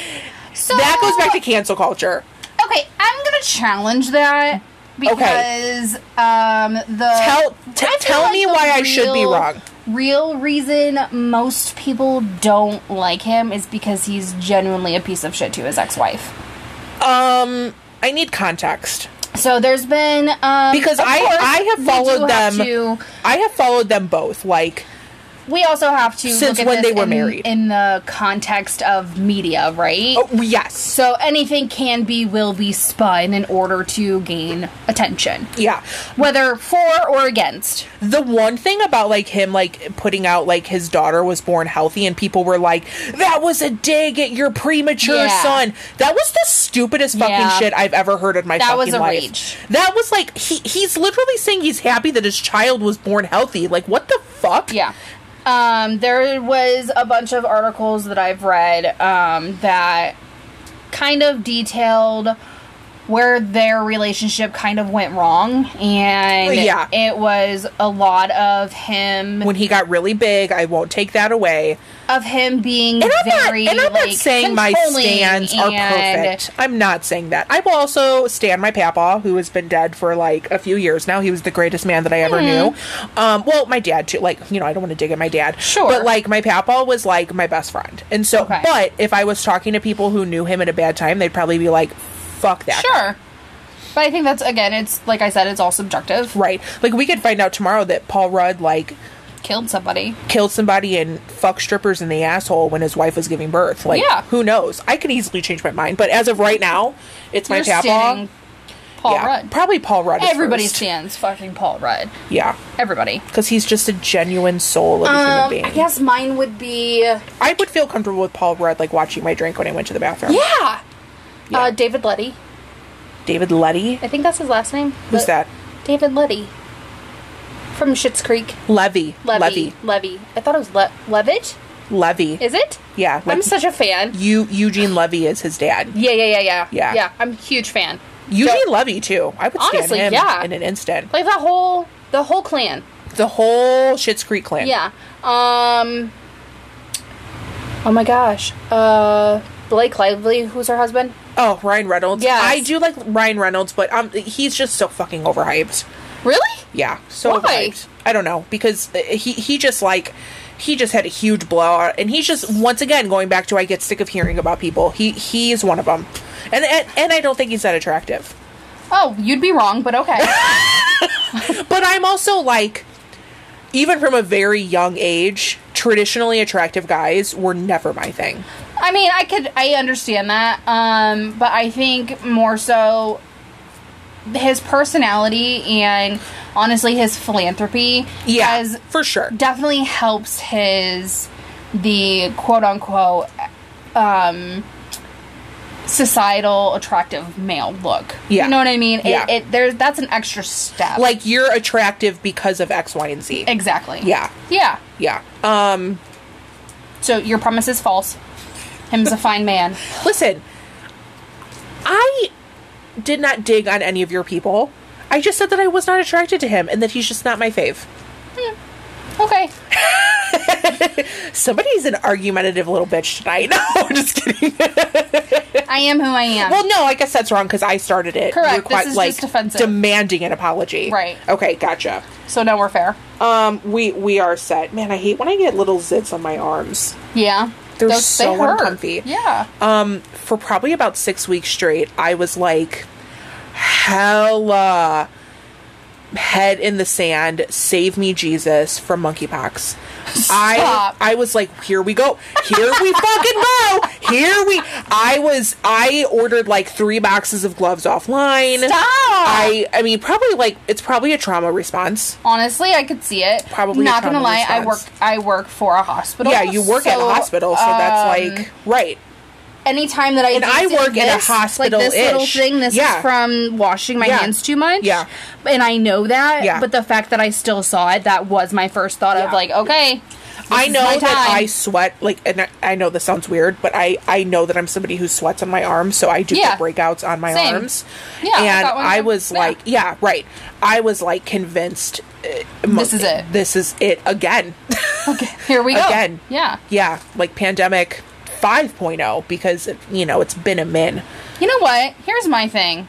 Speaker 2: So
Speaker 1: that goes back to cancel culture.
Speaker 2: Okay, I'm gonna challenge that because um the
Speaker 1: Tell- t-
Speaker 2: I feel
Speaker 1: tell me
Speaker 2: the
Speaker 1: why I should be wrong.
Speaker 2: Real reason most people don't like him is because he's genuinely a piece of shit to his ex-wife.
Speaker 1: Um, I need context
Speaker 2: So there's been um,
Speaker 1: because
Speaker 2: of
Speaker 1: I
Speaker 2: course,
Speaker 1: I have
Speaker 2: we do
Speaker 1: followed
Speaker 2: have
Speaker 1: them.
Speaker 2: to-
Speaker 1: I have followed them both. Like
Speaker 2: we also have to
Speaker 1: Since
Speaker 2: look at
Speaker 1: when
Speaker 2: this
Speaker 1: they were
Speaker 2: in,
Speaker 1: married.
Speaker 2: in the context of media, right?
Speaker 1: oh, yes,
Speaker 2: So anything can be, will be spun in order to gain attention,
Speaker 1: yeah.
Speaker 2: whether for or against.
Speaker 1: The one thing about like him like putting out like his daughter was born healthy and people were like that was a dig at your premature
Speaker 2: Yeah.
Speaker 1: son. That was the stupidest fucking
Speaker 2: Yeah.
Speaker 1: shit I've ever heard in my
Speaker 2: That
Speaker 1: fucking
Speaker 2: was a
Speaker 1: life.
Speaker 2: rage.
Speaker 1: That was like he he's literally saying he's happy that his child was born healthy. Like what the fuck?
Speaker 2: Yeah. Um, there was a bunch of articles that I've read um, that kind of detailed where their relationship kind of went wrong. And
Speaker 1: Yeah.
Speaker 2: it was a lot of him
Speaker 1: When he got really big, I won't take that away.
Speaker 2: of him being
Speaker 1: And I'm
Speaker 2: very
Speaker 1: not, and I'm
Speaker 2: like,
Speaker 1: not saying my
Speaker 2: controlling
Speaker 1: stands are
Speaker 2: and-
Speaker 1: perfect. I'm not saying that. I will also stand my papa, who has been dead for like a few years now. He was the greatest man that I ever knew. Um, well, my dad too. Like, you know, I don't want to dig at my dad.
Speaker 2: Hmm. Sure.
Speaker 1: But like, my papa was like my best friend, and so.
Speaker 2: Okay.
Speaker 1: But if I was talking to people who knew him at a bad time, they'd probably be like, "Fuck that." guy."
Speaker 2: Sure. But I think that's again, it's like I said, it's all subjective.
Speaker 1: Right. Like, we could find out tomorrow that Paul Rudd like
Speaker 2: Killed somebody.
Speaker 1: killed somebody and fucked strippers in the asshole when his wife was giving birth. Like,
Speaker 2: Yeah.
Speaker 1: who knows? I could easily change my mind, but as of right now, it's my
Speaker 2: You're
Speaker 1: papa.
Speaker 2: standing Paul
Speaker 1: yeah,
Speaker 2: Rudd.
Speaker 1: probably Paul Rudd. is
Speaker 2: Everybody
Speaker 1: first.
Speaker 2: stands fucking Paul Rudd.
Speaker 1: Yeah,
Speaker 2: Everybody.
Speaker 1: because he's just a genuine soul of a human
Speaker 2: Um,
Speaker 1: being.
Speaker 2: I guess mine would be
Speaker 1: I would feel comfortable with Paul Rudd like watching my drink when I went to the bathroom.
Speaker 2: yeah,
Speaker 1: Yeah.
Speaker 2: Uh, David Letty.
Speaker 1: David Letty.
Speaker 2: I think that's his last name.
Speaker 1: Who's
Speaker 2: Le-
Speaker 1: that?
Speaker 2: David Letty from Schitt's Creek.
Speaker 1: Levy.
Speaker 2: Levy. Levy. I thought it was Le- Levitt.
Speaker 1: Levy.
Speaker 2: Is it?
Speaker 1: yeah.
Speaker 2: I'm
Speaker 1: like,
Speaker 2: such a fan.
Speaker 1: Eu- Eugene Levy is his dad.
Speaker 2: Yeah, yeah, yeah, yeah.
Speaker 1: Yeah.
Speaker 2: Yeah, I'm a huge fan.
Speaker 1: Eugene
Speaker 2: Don't-
Speaker 1: Levy too. I would stand
Speaker 2: Honestly,
Speaker 1: him
Speaker 2: yeah.
Speaker 1: in an instant.
Speaker 2: Like the whole the whole clan.
Speaker 1: The whole Schitt's Creek clan.
Speaker 2: Yeah. Um Oh my gosh. Uh Blake Lively, who's her husband?
Speaker 1: Oh, Ryan Reynolds.
Speaker 2: Yes.
Speaker 1: I do like Ryan Reynolds, but um, he's just so fucking overhyped.
Speaker 2: Really?
Speaker 1: Yeah, so
Speaker 2: Why?
Speaker 1: overhyped. I don't know because uh, he he just like he just had a huge blowout, and he's just once again going back to I get sick of hearing about people. He he's one of them, and and, and I don't think he's that attractive.
Speaker 2: Oh, you'd be wrong,
Speaker 1: <laughs>
Speaker 2: but okay.
Speaker 1: But I'm also like, even from a very young age, traditionally attractive guys were never my thing.
Speaker 2: I mean, I could I understand that. Um but I think more so his personality and honestly his philanthropy
Speaker 1: Yeah,
Speaker 2: has
Speaker 1: for sure.
Speaker 2: definitely helps his the quote unquote um societal attractive male look.
Speaker 1: Yeah.
Speaker 2: You know what I mean? It,
Speaker 1: Yeah.
Speaker 2: it there's that's an extra step.
Speaker 1: like you're attractive because of X, Y, and Z.
Speaker 2: exactly.
Speaker 1: Yeah.
Speaker 2: Yeah.
Speaker 1: Yeah. Um.
Speaker 2: So your premise is false. Him's a fine man.
Speaker 1: Listen, I did not dig on any of your people. I just said that I was not attracted to him and that he's just not my fave.
Speaker 2: Okay.
Speaker 1: Somebody's an argumentative little bitch tonight. <laughs> No, I'm just kidding.
Speaker 2: I am who I am.
Speaker 1: Well, no, I guess that's wrong because I started it.
Speaker 2: Correct. This is just offensive.
Speaker 1: demanding an apology.
Speaker 2: Right.
Speaker 1: Okay, gotcha.
Speaker 2: so now we're fair.
Speaker 1: Um, we we are set. Man, I hate when I get little zits on my arms.
Speaker 2: Yeah.
Speaker 1: They're
Speaker 2: Those-
Speaker 1: so
Speaker 2: they hurt.
Speaker 1: uncomfy.
Speaker 2: Yeah.
Speaker 1: um for probably about six weeks straight i was like hella head in the sand save me jesus from monkeypox i
Speaker 2: Stop.
Speaker 1: i was like here we go here we fucking go here we i was i ordered like three boxes of gloves offline
Speaker 2: Stop.
Speaker 1: i i mean probably like it's probably a trauma response
Speaker 2: Honestly, I could see it.
Speaker 1: Probably a
Speaker 2: not gonna
Speaker 1: trauma
Speaker 2: lie. I work.
Speaker 1: response.
Speaker 2: I work for a hospital.
Speaker 1: yeah you work at a
Speaker 2: so,
Speaker 1: hospital so
Speaker 2: um,
Speaker 1: that's like right
Speaker 2: anytime that I
Speaker 1: And
Speaker 2: do
Speaker 1: I
Speaker 2: do
Speaker 1: work in a
Speaker 2: this, like this little
Speaker 1: hospital-ish.
Speaker 2: thing. This
Speaker 1: Yeah.
Speaker 2: is from washing my
Speaker 1: Yeah.
Speaker 2: hands too much.
Speaker 1: Yeah.
Speaker 2: and I know that.
Speaker 1: Yeah.
Speaker 2: but the fact that I still saw it, that was my first thought
Speaker 1: Yeah.
Speaker 2: of like, okay,
Speaker 1: I
Speaker 2: is
Speaker 1: know
Speaker 2: my
Speaker 1: that
Speaker 2: time.
Speaker 1: I sweat like, and I, I know this sounds weird, but I I know that I'm somebody who sweats on my arms, so I do
Speaker 2: Yeah.
Speaker 1: get breakouts on my
Speaker 2: Same.
Speaker 1: arms.
Speaker 2: Yeah, I
Speaker 1: and
Speaker 2: got one
Speaker 1: I
Speaker 2: time.
Speaker 1: was
Speaker 2: Yeah.
Speaker 1: like, yeah, right. I was like convinced. uh, mo-
Speaker 2: This is it.
Speaker 1: This is it again.
Speaker 2: <laughs>
Speaker 1: <laughs>
Speaker 2: here we go
Speaker 1: Again.
Speaker 2: Yeah,
Speaker 1: yeah, like pandemic 5.0 because you know it's been a min.
Speaker 2: you know what? Here's my thing.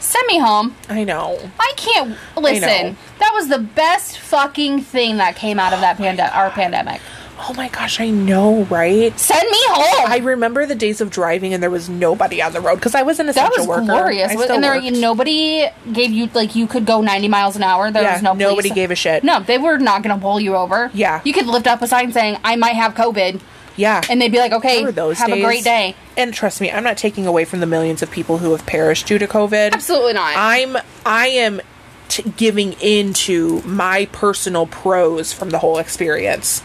Speaker 2: Send me home.
Speaker 1: I know.
Speaker 2: I can't listen.
Speaker 1: know.
Speaker 2: That was the best fucking thing that came out of that pande- our pandemic.
Speaker 1: Oh my gosh, I know, right?
Speaker 2: Send me home.
Speaker 1: I remember the days of driving and there was nobody on the road because I was an
Speaker 2: that
Speaker 1: essential
Speaker 2: was
Speaker 1: worker.
Speaker 2: glorious.
Speaker 1: I
Speaker 2: Was-
Speaker 1: still
Speaker 2: And there,
Speaker 1: worked.
Speaker 2: nobody gave you like you could go ninety miles an hour. There
Speaker 1: Yeah,
Speaker 2: was no police.
Speaker 1: nobody gave a shit.
Speaker 2: No, they were not going to pull you over.
Speaker 1: Yeah.
Speaker 2: you could lift up a sign saying "I might have COVID,"
Speaker 1: yeah,
Speaker 2: and they'd be like, "Okay,
Speaker 1: Remember those
Speaker 2: have a
Speaker 1: days?
Speaker 2: great day."
Speaker 1: And trust me, I'm not taking away from the millions of people who have perished due to COVID.
Speaker 2: Absolutely not.
Speaker 1: I'm I am t- giving into my personal pros from the whole experience.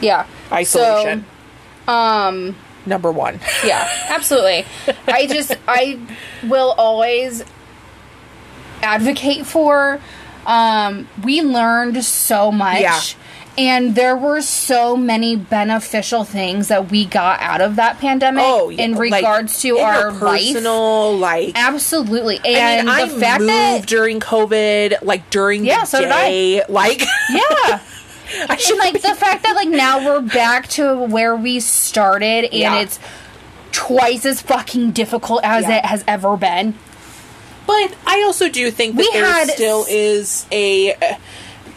Speaker 2: yeah.
Speaker 1: Isolation,
Speaker 2: So, um.
Speaker 1: number one.
Speaker 2: Yeah.
Speaker 3: Absolutely. I just I will always
Speaker 2: advocate for. Um, we learned so much.
Speaker 1: Yeah.
Speaker 2: And there were so many beneficial things that we got out of that pandemic
Speaker 1: Oh, yeah,
Speaker 2: in
Speaker 1: like,
Speaker 2: regards to our life.
Speaker 1: personal life. like
Speaker 2: Absolutely.
Speaker 1: I
Speaker 2: And
Speaker 1: mean, I
Speaker 2: the fact
Speaker 1: moved
Speaker 2: that
Speaker 1: during COVID, like during
Speaker 2: Yeah,
Speaker 1: the
Speaker 2: so did I.
Speaker 1: day, like <laughs>
Speaker 2: yeah.
Speaker 1: I
Speaker 2: <laughs> and
Speaker 1: should
Speaker 2: like the fact that like now we're back to where we started and
Speaker 1: Yeah.
Speaker 2: it's twice as fucking difficult as
Speaker 1: Yeah.
Speaker 2: it has ever been.
Speaker 1: But I also do think that
Speaker 2: We
Speaker 1: there
Speaker 2: had
Speaker 1: still
Speaker 2: s-
Speaker 1: is a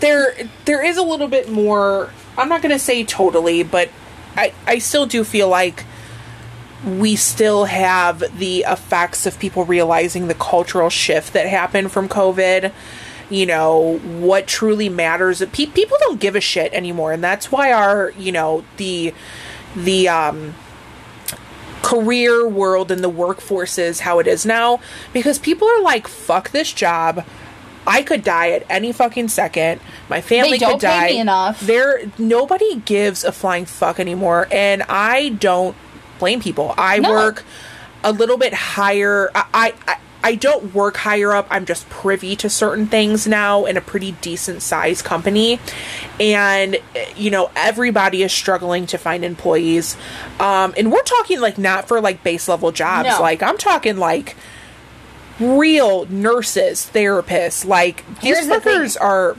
Speaker 1: there there is a little bit more. I'm not going to say totally, but I I still do feel like we still have the effects of people realizing the cultural shift that happened from COVID. You know what truly matters. Pe- people don't give a shit anymore, and that's why our you know the the um career world and the workforce is how it is now because people are like fuck this job i could die at any fucking second my family
Speaker 2: don't
Speaker 1: could
Speaker 2: pay
Speaker 1: die
Speaker 2: me enough.
Speaker 1: there nobody gives a flying fuck anymore and i don't blame people i
Speaker 2: No.
Speaker 1: work a little bit higher I, I i don't work higher up i'm just privy to certain things now in a pretty decent sized company and eh, you know everybody is struggling to find employees um and we're talking like not for like base level jobs
Speaker 2: No.
Speaker 1: like i'm talking like real nurses therapists like
Speaker 2: Here's
Speaker 1: these
Speaker 2: the thing.
Speaker 1: workers are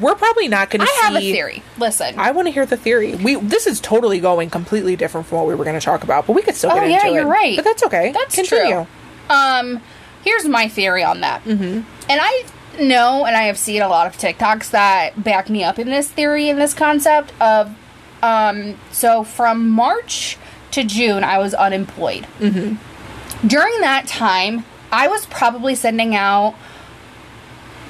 Speaker 1: we're probably not going to
Speaker 2: I
Speaker 1: see
Speaker 2: have a theory. Listen.
Speaker 1: I want to hear the theory. We this is totally going completely different from what we were going to talk about, but we could still
Speaker 2: Oh,
Speaker 1: get
Speaker 2: yeah,
Speaker 1: into it.
Speaker 2: you're right.
Speaker 1: But that's okay.
Speaker 2: That's
Speaker 1: Continue.
Speaker 2: true. Um, here's my theory on that. Mm-hmm. And I know, and I have seen a lot of TikToks that back me up in this theory and this concept of, um, so from March to June, I was unemployed. Mm-hmm. During that time, I was probably sending out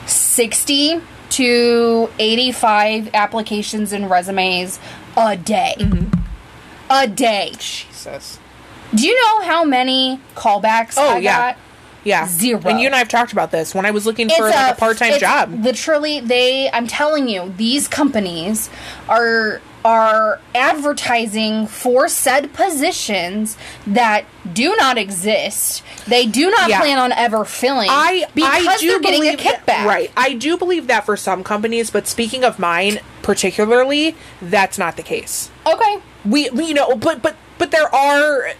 Speaker 2: 60 to 85 applications and resumes a day. A day.
Speaker 1: Jesus.
Speaker 2: Do you know how many callbacks
Speaker 1: Oh
Speaker 2: I
Speaker 1: yeah.
Speaker 2: got?
Speaker 1: Yeah.
Speaker 2: Zero.
Speaker 1: And you and I have talked about this when I was looking for like a, part-time
Speaker 2: it's
Speaker 1: job.
Speaker 2: Literally, they. I'm telling you, these companies are are advertising for said positions that do not exist. They do not
Speaker 1: Yeah.
Speaker 2: plan on ever filling.
Speaker 1: I
Speaker 2: because
Speaker 1: I do
Speaker 2: they're getting a
Speaker 1: believe
Speaker 2: kickback.
Speaker 1: that- right. I do believe that for some companies, but speaking of mine particularly, that's not the case.
Speaker 2: Okay.
Speaker 1: we we- you know but but but there are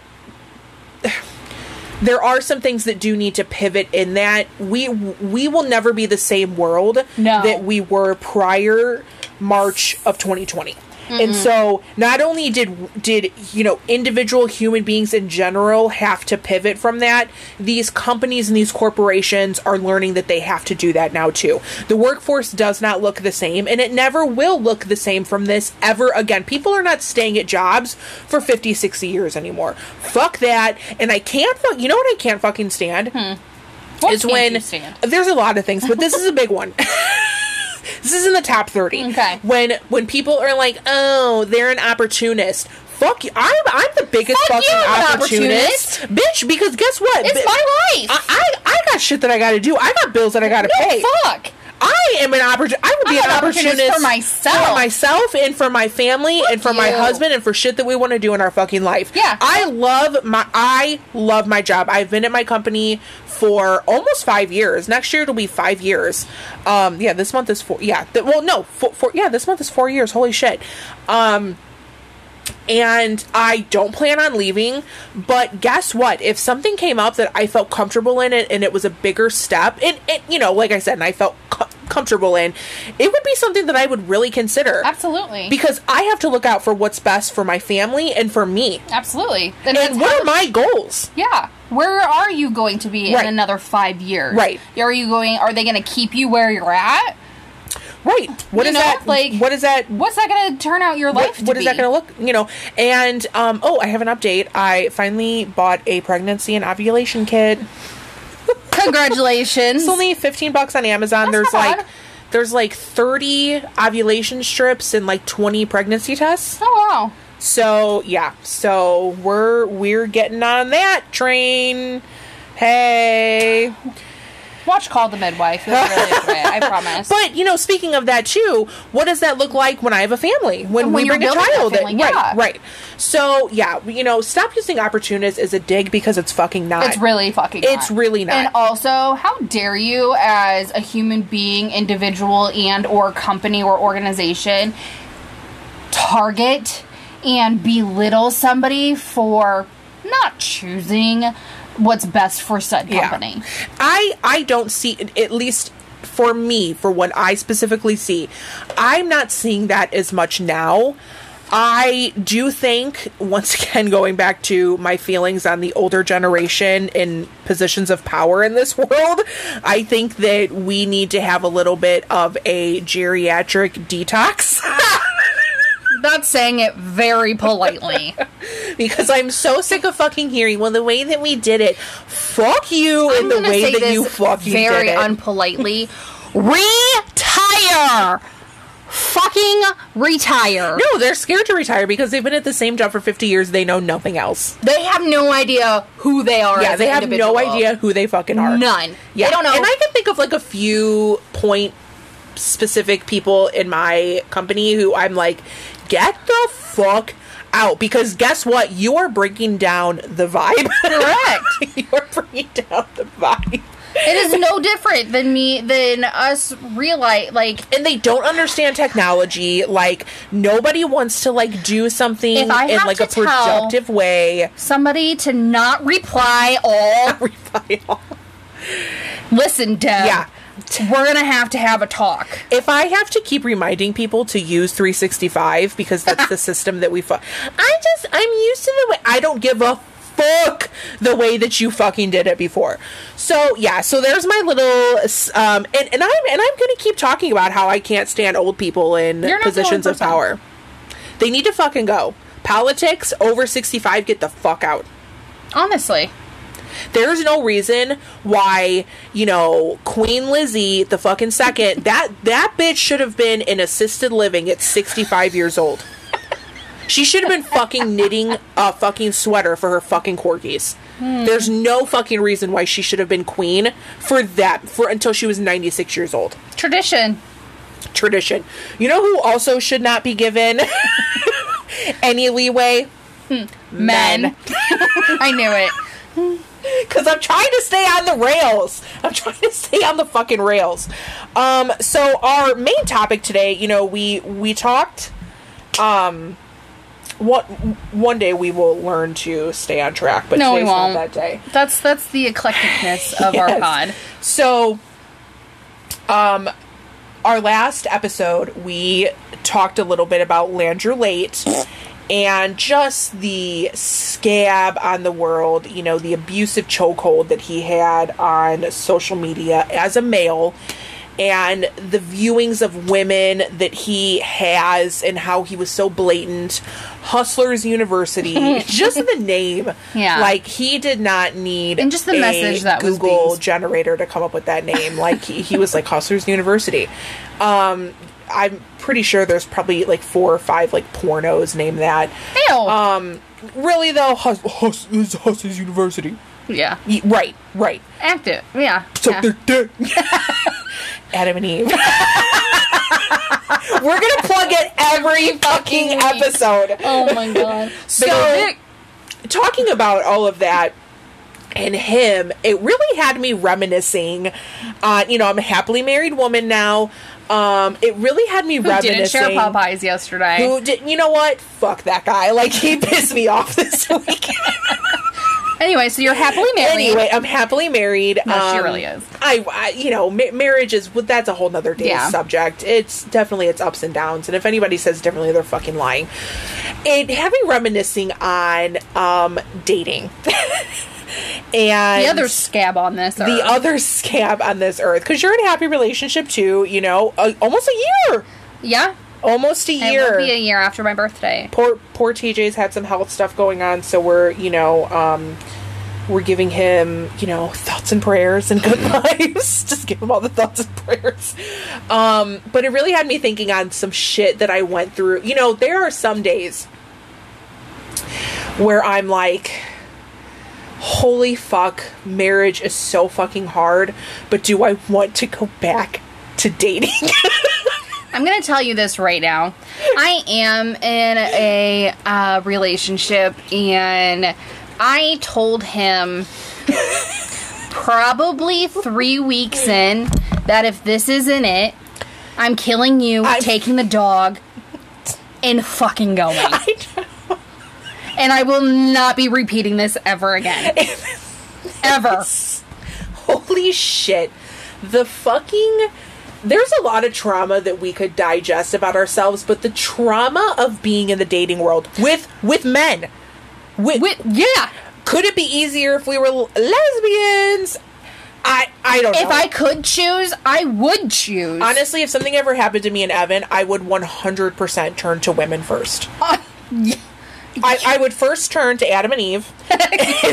Speaker 1: there are some things that do need to pivot in that we we will never be the same world
Speaker 2: No.
Speaker 1: that we were prior March of 2020. And so not only did did you know individual human beings in general have to pivot from that, these companies and these corporations are learning that they have to do that now too. The workforce does not look the same and it never will look the same from this ever again. People are not staying at jobs for 50 60 years anymore. Fuck that. And I can't fuck you know what I can't fucking stand?
Speaker 2: What
Speaker 1: is
Speaker 2: can't
Speaker 1: when
Speaker 2: you stand?
Speaker 1: there's a lot of things, but this is a big one. <laughs> this is in the top 30.
Speaker 2: Okay.
Speaker 1: When when people are like, "Oh, they're an opportunist." Fuck you. I'm I'm the biggest
Speaker 2: Fuck you,
Speaker 1: fucking
Speaker 2: I'm an
Speaker 1: opportunist. Bitch, because guess what?
Speaker 2: It's
Speaker 1: Bi-
Speaker 2: my life.
Speaker 1: I, I I got shit that I got to do. I got bills that I got to
Speaker 2: No,
Speaker 1: pay.
Speaker 2: fuck.
Speaker 1: I am an opportunist. I would be
Speaker 2: I'm
Speaker 1: an,
Speaker 2: an opportunist
Speaker 1: opportunist,
Speaker 2: for myself.
Speaker 1: for myself, and for my family, and for my
Speaker 2: you.
Speaker 1: husband, and for shit that we want to do in our fucking life.
Speaker 2: Yeah.
Speaker 1: I love my. I love my job. I've been at my company for almost five years. Next year it'll be five years. Um, yeah, this month is four. Yeah, th- well, no, four, four. Yeah, this month is four years. Holy shit. Um, and I don't plan on leaving. But guess what? If something came up that I felt comfortable in it and it was a bigger step, and, and you know, like I said, and I felt co- comfortable in, it would be something that I would really consider.
Speaker 2: Absolutely.
Speaker 1: Because I have to look out for what's best for my family and for me.
Speaker 2: Absolutely. And, that's
Speaker 1: And what
Speaker 2: how-
Speaker 1: are my goals?
Speaker 2: Yeah. Where are you going to be
Speaker 1: Right.
Speaker 2: in another five years?
Speaker 1: Right.
Speaker 2: Are you going? Are they going to keep you where you're at?
Speaker 1: Right. What
Speaker 2: You
Speaker 1: is
Speaker 2: know,
Speaker 1: that?
Speaker 2: like,
Speaker 1: what is that?
Speaker 2: What's that going to turn out your
Speaker 1: What-
Speaker 2: life to
Speaker 1: what is that
Speaker 2: be?
Speaker 1: going to look? You know. And um, oh, I have an update. I finally bought a pregnancy and ovulation kit. <laughs>
Speaker 2: Congratulations.
Speaker 1: It's only fifteen bucks on Amazon.
Speaker 2: That's
Speaker 1: there's
Speaker 2: not
Speaker 1: like
Speaker 2: bad.
Speaker 1: there's like thirty ovulation strips and like twenty pregnancy tests.
Speaker 2: oh, wow.
Speaker 1: So yeah, so we're we're getting on that train. Hey.
Speaker 2: Watch Call the Midwife. You'll
Speaker 1: <laughs>
Speaker 2: really enjoy it, I promise.
Speaker 1: But you know, speaking of that too, what does that look like when I have a family? When,
Speaker 2: When
Speaker 1: we
Speaker 2: you're
Speaker 1: bring a
Speaker 2: building that
Speaker 1: child in,
Speaker 2: family, yeah.
Speaker 1: right? Right. So yeah, you know, stop using opportunist as a dig because it's fucking not.
Speaker 2: It's really fucking.
Speaker 1: It's really not.
Speaker 2: And also, how dare you, as a human being, individual, and or company or organization, target and belittle somebody for not choosing what's best for said
Speaker 1: Yeah.
Speaker 2: company.
Speaker 1: I I don't see at least for me for what I specifically see. I'm not seeing that as much now. I do think once again going back to my feelings on the older generation in positions of power in this <laughs> world, I think that we need to have a little bit of a geriatric detox. <laughs>
Speaker 2: That's saying it very
Speaker 1: <laughs>
Speaker 2: politely.
Speaker 1: because I'm so sick of fucking hearing. Well, the way that we did it, fuck you, and the
Speaker 2: gonna
Speaker 1: way
Speaker 2: say
Speaker 1: that you
Speaker 2: this
Speaker 1: fucking
Speaker 2: very
Speaker 1: did it.
Speaker 2: unpolitely. retire. Fucking retire.
Speaker 1: No, they're scared to retire because they've been at the same job for 50 years. They know nothing else.
Speaker 2: They have no idea who they are.
Speaker 1: Yeah,
Speaker 2: as
Speaker 1: they
Speaker 2: an
Speaker 1: have no
Speaker 2: individual.
Speaker 1: idea who they fucking are.
Speaker 2: None.
Speaker 1: Yeah.
Speaker 2: They don't know.
Speaker 1: And I can think of like a few point specific people in my company who I'm like, get the fuck out because guess what? You are breaking down the vibe. <laughs>
Speaker 2: <laughs>
Speaker 1: Correct. you are bringing down the vibe.
Speaker 3: It is no different than me than us realize like
Speaker 1: And they don't understand technology. Like nobody wants to like do something in
Speaker 3: If I have
Speaker 1: like a
Speaker 3: to tell-
Speaker 1: productive way.
Speaker 3: somebody to not reply all.
Speaker 1: Reply
Speaker 3: Listen, Deb.
Speaker 1: Yeah.
Speaker 3: We're gonna have to have a talk.
Speaker 1: if I have to keep reminding people to use 365 because that's
Speaker 2: <laughs>
Speaker 1: the system that we fu- I just I'm used to the way I don't give a fuck the way that you fucking did it before. So yeah, so there's my little s- um and, and I'm and I'm gonna keep talking about how I can't stand old people in
Speaker 2: You're not the
Speaker 1: positions
Speaker 2: only
Speaker 1: of
Speaker 2: person.
Speaker 1: power. They need to fucking go. Politics over 65 get the fuck out
Speaker 2: Honestly.
Speaker 1: there's no reason why you know queen lizzie the fucking second that that bitch should have been in assisted living at 65 years old she should have been fucking knitting a fucking sweater for her fucking corgis there's no fucking reason why she should have been queen for that for until she was 96 years old
Speaker 2: Tradition.
Speaker 1: tradition you know who also should not be given <laughs> any leeway
Speaker 2: Men. <laughs> I knew it.
Speaker 1: <laughs> because I'm trying to stay on the rails. I'm trying to stay on the fucking rails. Um, so our main topic today, you know, we we talked. Um, what one day we will learn to stay on track, but
Speaker 2: No, we
Speaker 1: today's
Speaker 2: won't.
Speaker 1: not that day.
Speaker 2: That's that's the eclecticness of
Speaker 1: Yes.
Speaker 2: our pod.
Speaker 1: So, um, our last episode, we talked a little bit about Landrew Late and just the scab on the world, you know, the abusive chokehold that he had on social media as a male. And the viewings of women that he has, and how he was so blatant. Hustlers University, just the name.
Speaker 2: Yeah.
Speaker 1: Like, he did not need
Speaker 2: And just the
Speaker 1: a
Speaker 2: message that was
Speaker 1: Google
Speaker 2: being-
Speaker 1: generator to come up with that name. Like he, he was like Hustlers University. Um, I'm pretty sure there's probably like four or five like pornos named that.
Speaker 2: Ew.
Speaker 1: Um, really though, Hus- Hus- is Hustlers University.
Speaker 2: yeah.
Speaker 1: Y- Right, right.
Speaker 2: Active. Yeah.
Speaker 1: Suck
Speaker 2: yeah.
Speaker 1: their dick. <laughs> Adam and Eve. <laughs> We're gonna plug it every fucking
Speaker 2: Fucking week.
Speaker 1: episode.
Speaker 2: Oh my <laughs> god.
Speaker 1: So-
Speaker 2: Big
Speaker 1: talking about all of that and him, it really had me reminiscing. Uh, you know, I'm a happily married woman now. Um, it really had me
Speaker 2: Who
Speaker 1: reminiscing.
Speaker 2: didn't share Popeyes yesterday?
Speaker 1: Who did- you know what? Fuck that guy. Like he <laughs> pissed me off this <laughs> week.
Speaker 2: Anyway, so you're happily married.
Speaker 1: anyway,
Speaker 2: <laughs>
Speaker 1: I'm happily married.
Speaker 2: No, she
Speaker 1: Um,
Speaker 2: really is.
Speaker 1: I, I you know, ma- marriage is well, that's a whole nother day's
Speaker 2: Yeah.
Speaker 1: subject. It's definitely its ups and downs, and if anybody says differently, they're fucking lying. It having reminiscing on um dating. <laughs> and
Speaker 4: The other scab on this.
Speaker 1: the
Speaker 4: earth.
Speaker 1: other scab on this earth because you're in a happy relationship too you know uh, almost a year
Speaker 4: yeah.
Speaker 1: almost a
Speaker 2: It
Speaker 1: year
Speaker 2: will be a year after my birthday.
Speaker 1: poor poor tj's had some health stuff going on so we're you know um we're giving him you know thoughts and prayers and <laughs> good vibes <laughs> just give him all the thoughts and prayers um but it really had me thinking on some shit that i went through you know there are some days where i'm like holy fuck marriage is so fucking hard but do i want to go back to dating <laughs>
Speaker 2: I'm gonna tell you this right now. I am in a uh, relationship, and I told him probably three weeks in that if this isn't it, I'm killing you,
Speaker 1: I'm-
Speaker 2: taking the dog, and fucking going.
Speaker 1: I know.
Speaker 2: and I will not be repeating this
Speaker 1: <laughs>
Speaker 2: ever again. ever.
Speaker 1: holy shit the fucking there's a lot of trauma that we could digest about ourselves but the trauma of being in the dating world with with men with,
Speaker 2: Wi- yeah.
Speaker 1: could it be easier if we were l- lesbians i i don't
Speaker 2: If
Speaker 1: know
Speaker 2: I could choose, I would choose.
Speaker 1: honestly if something ever happened to me and evan i would 100% turn to women
Speaker 2: <laughs>
Speaker 1: first
Speaker 2: Uh,
Speaker 1: I, I would first turn to Adam and
Speaker 2: <laughs>
Speaker 1: Eve, and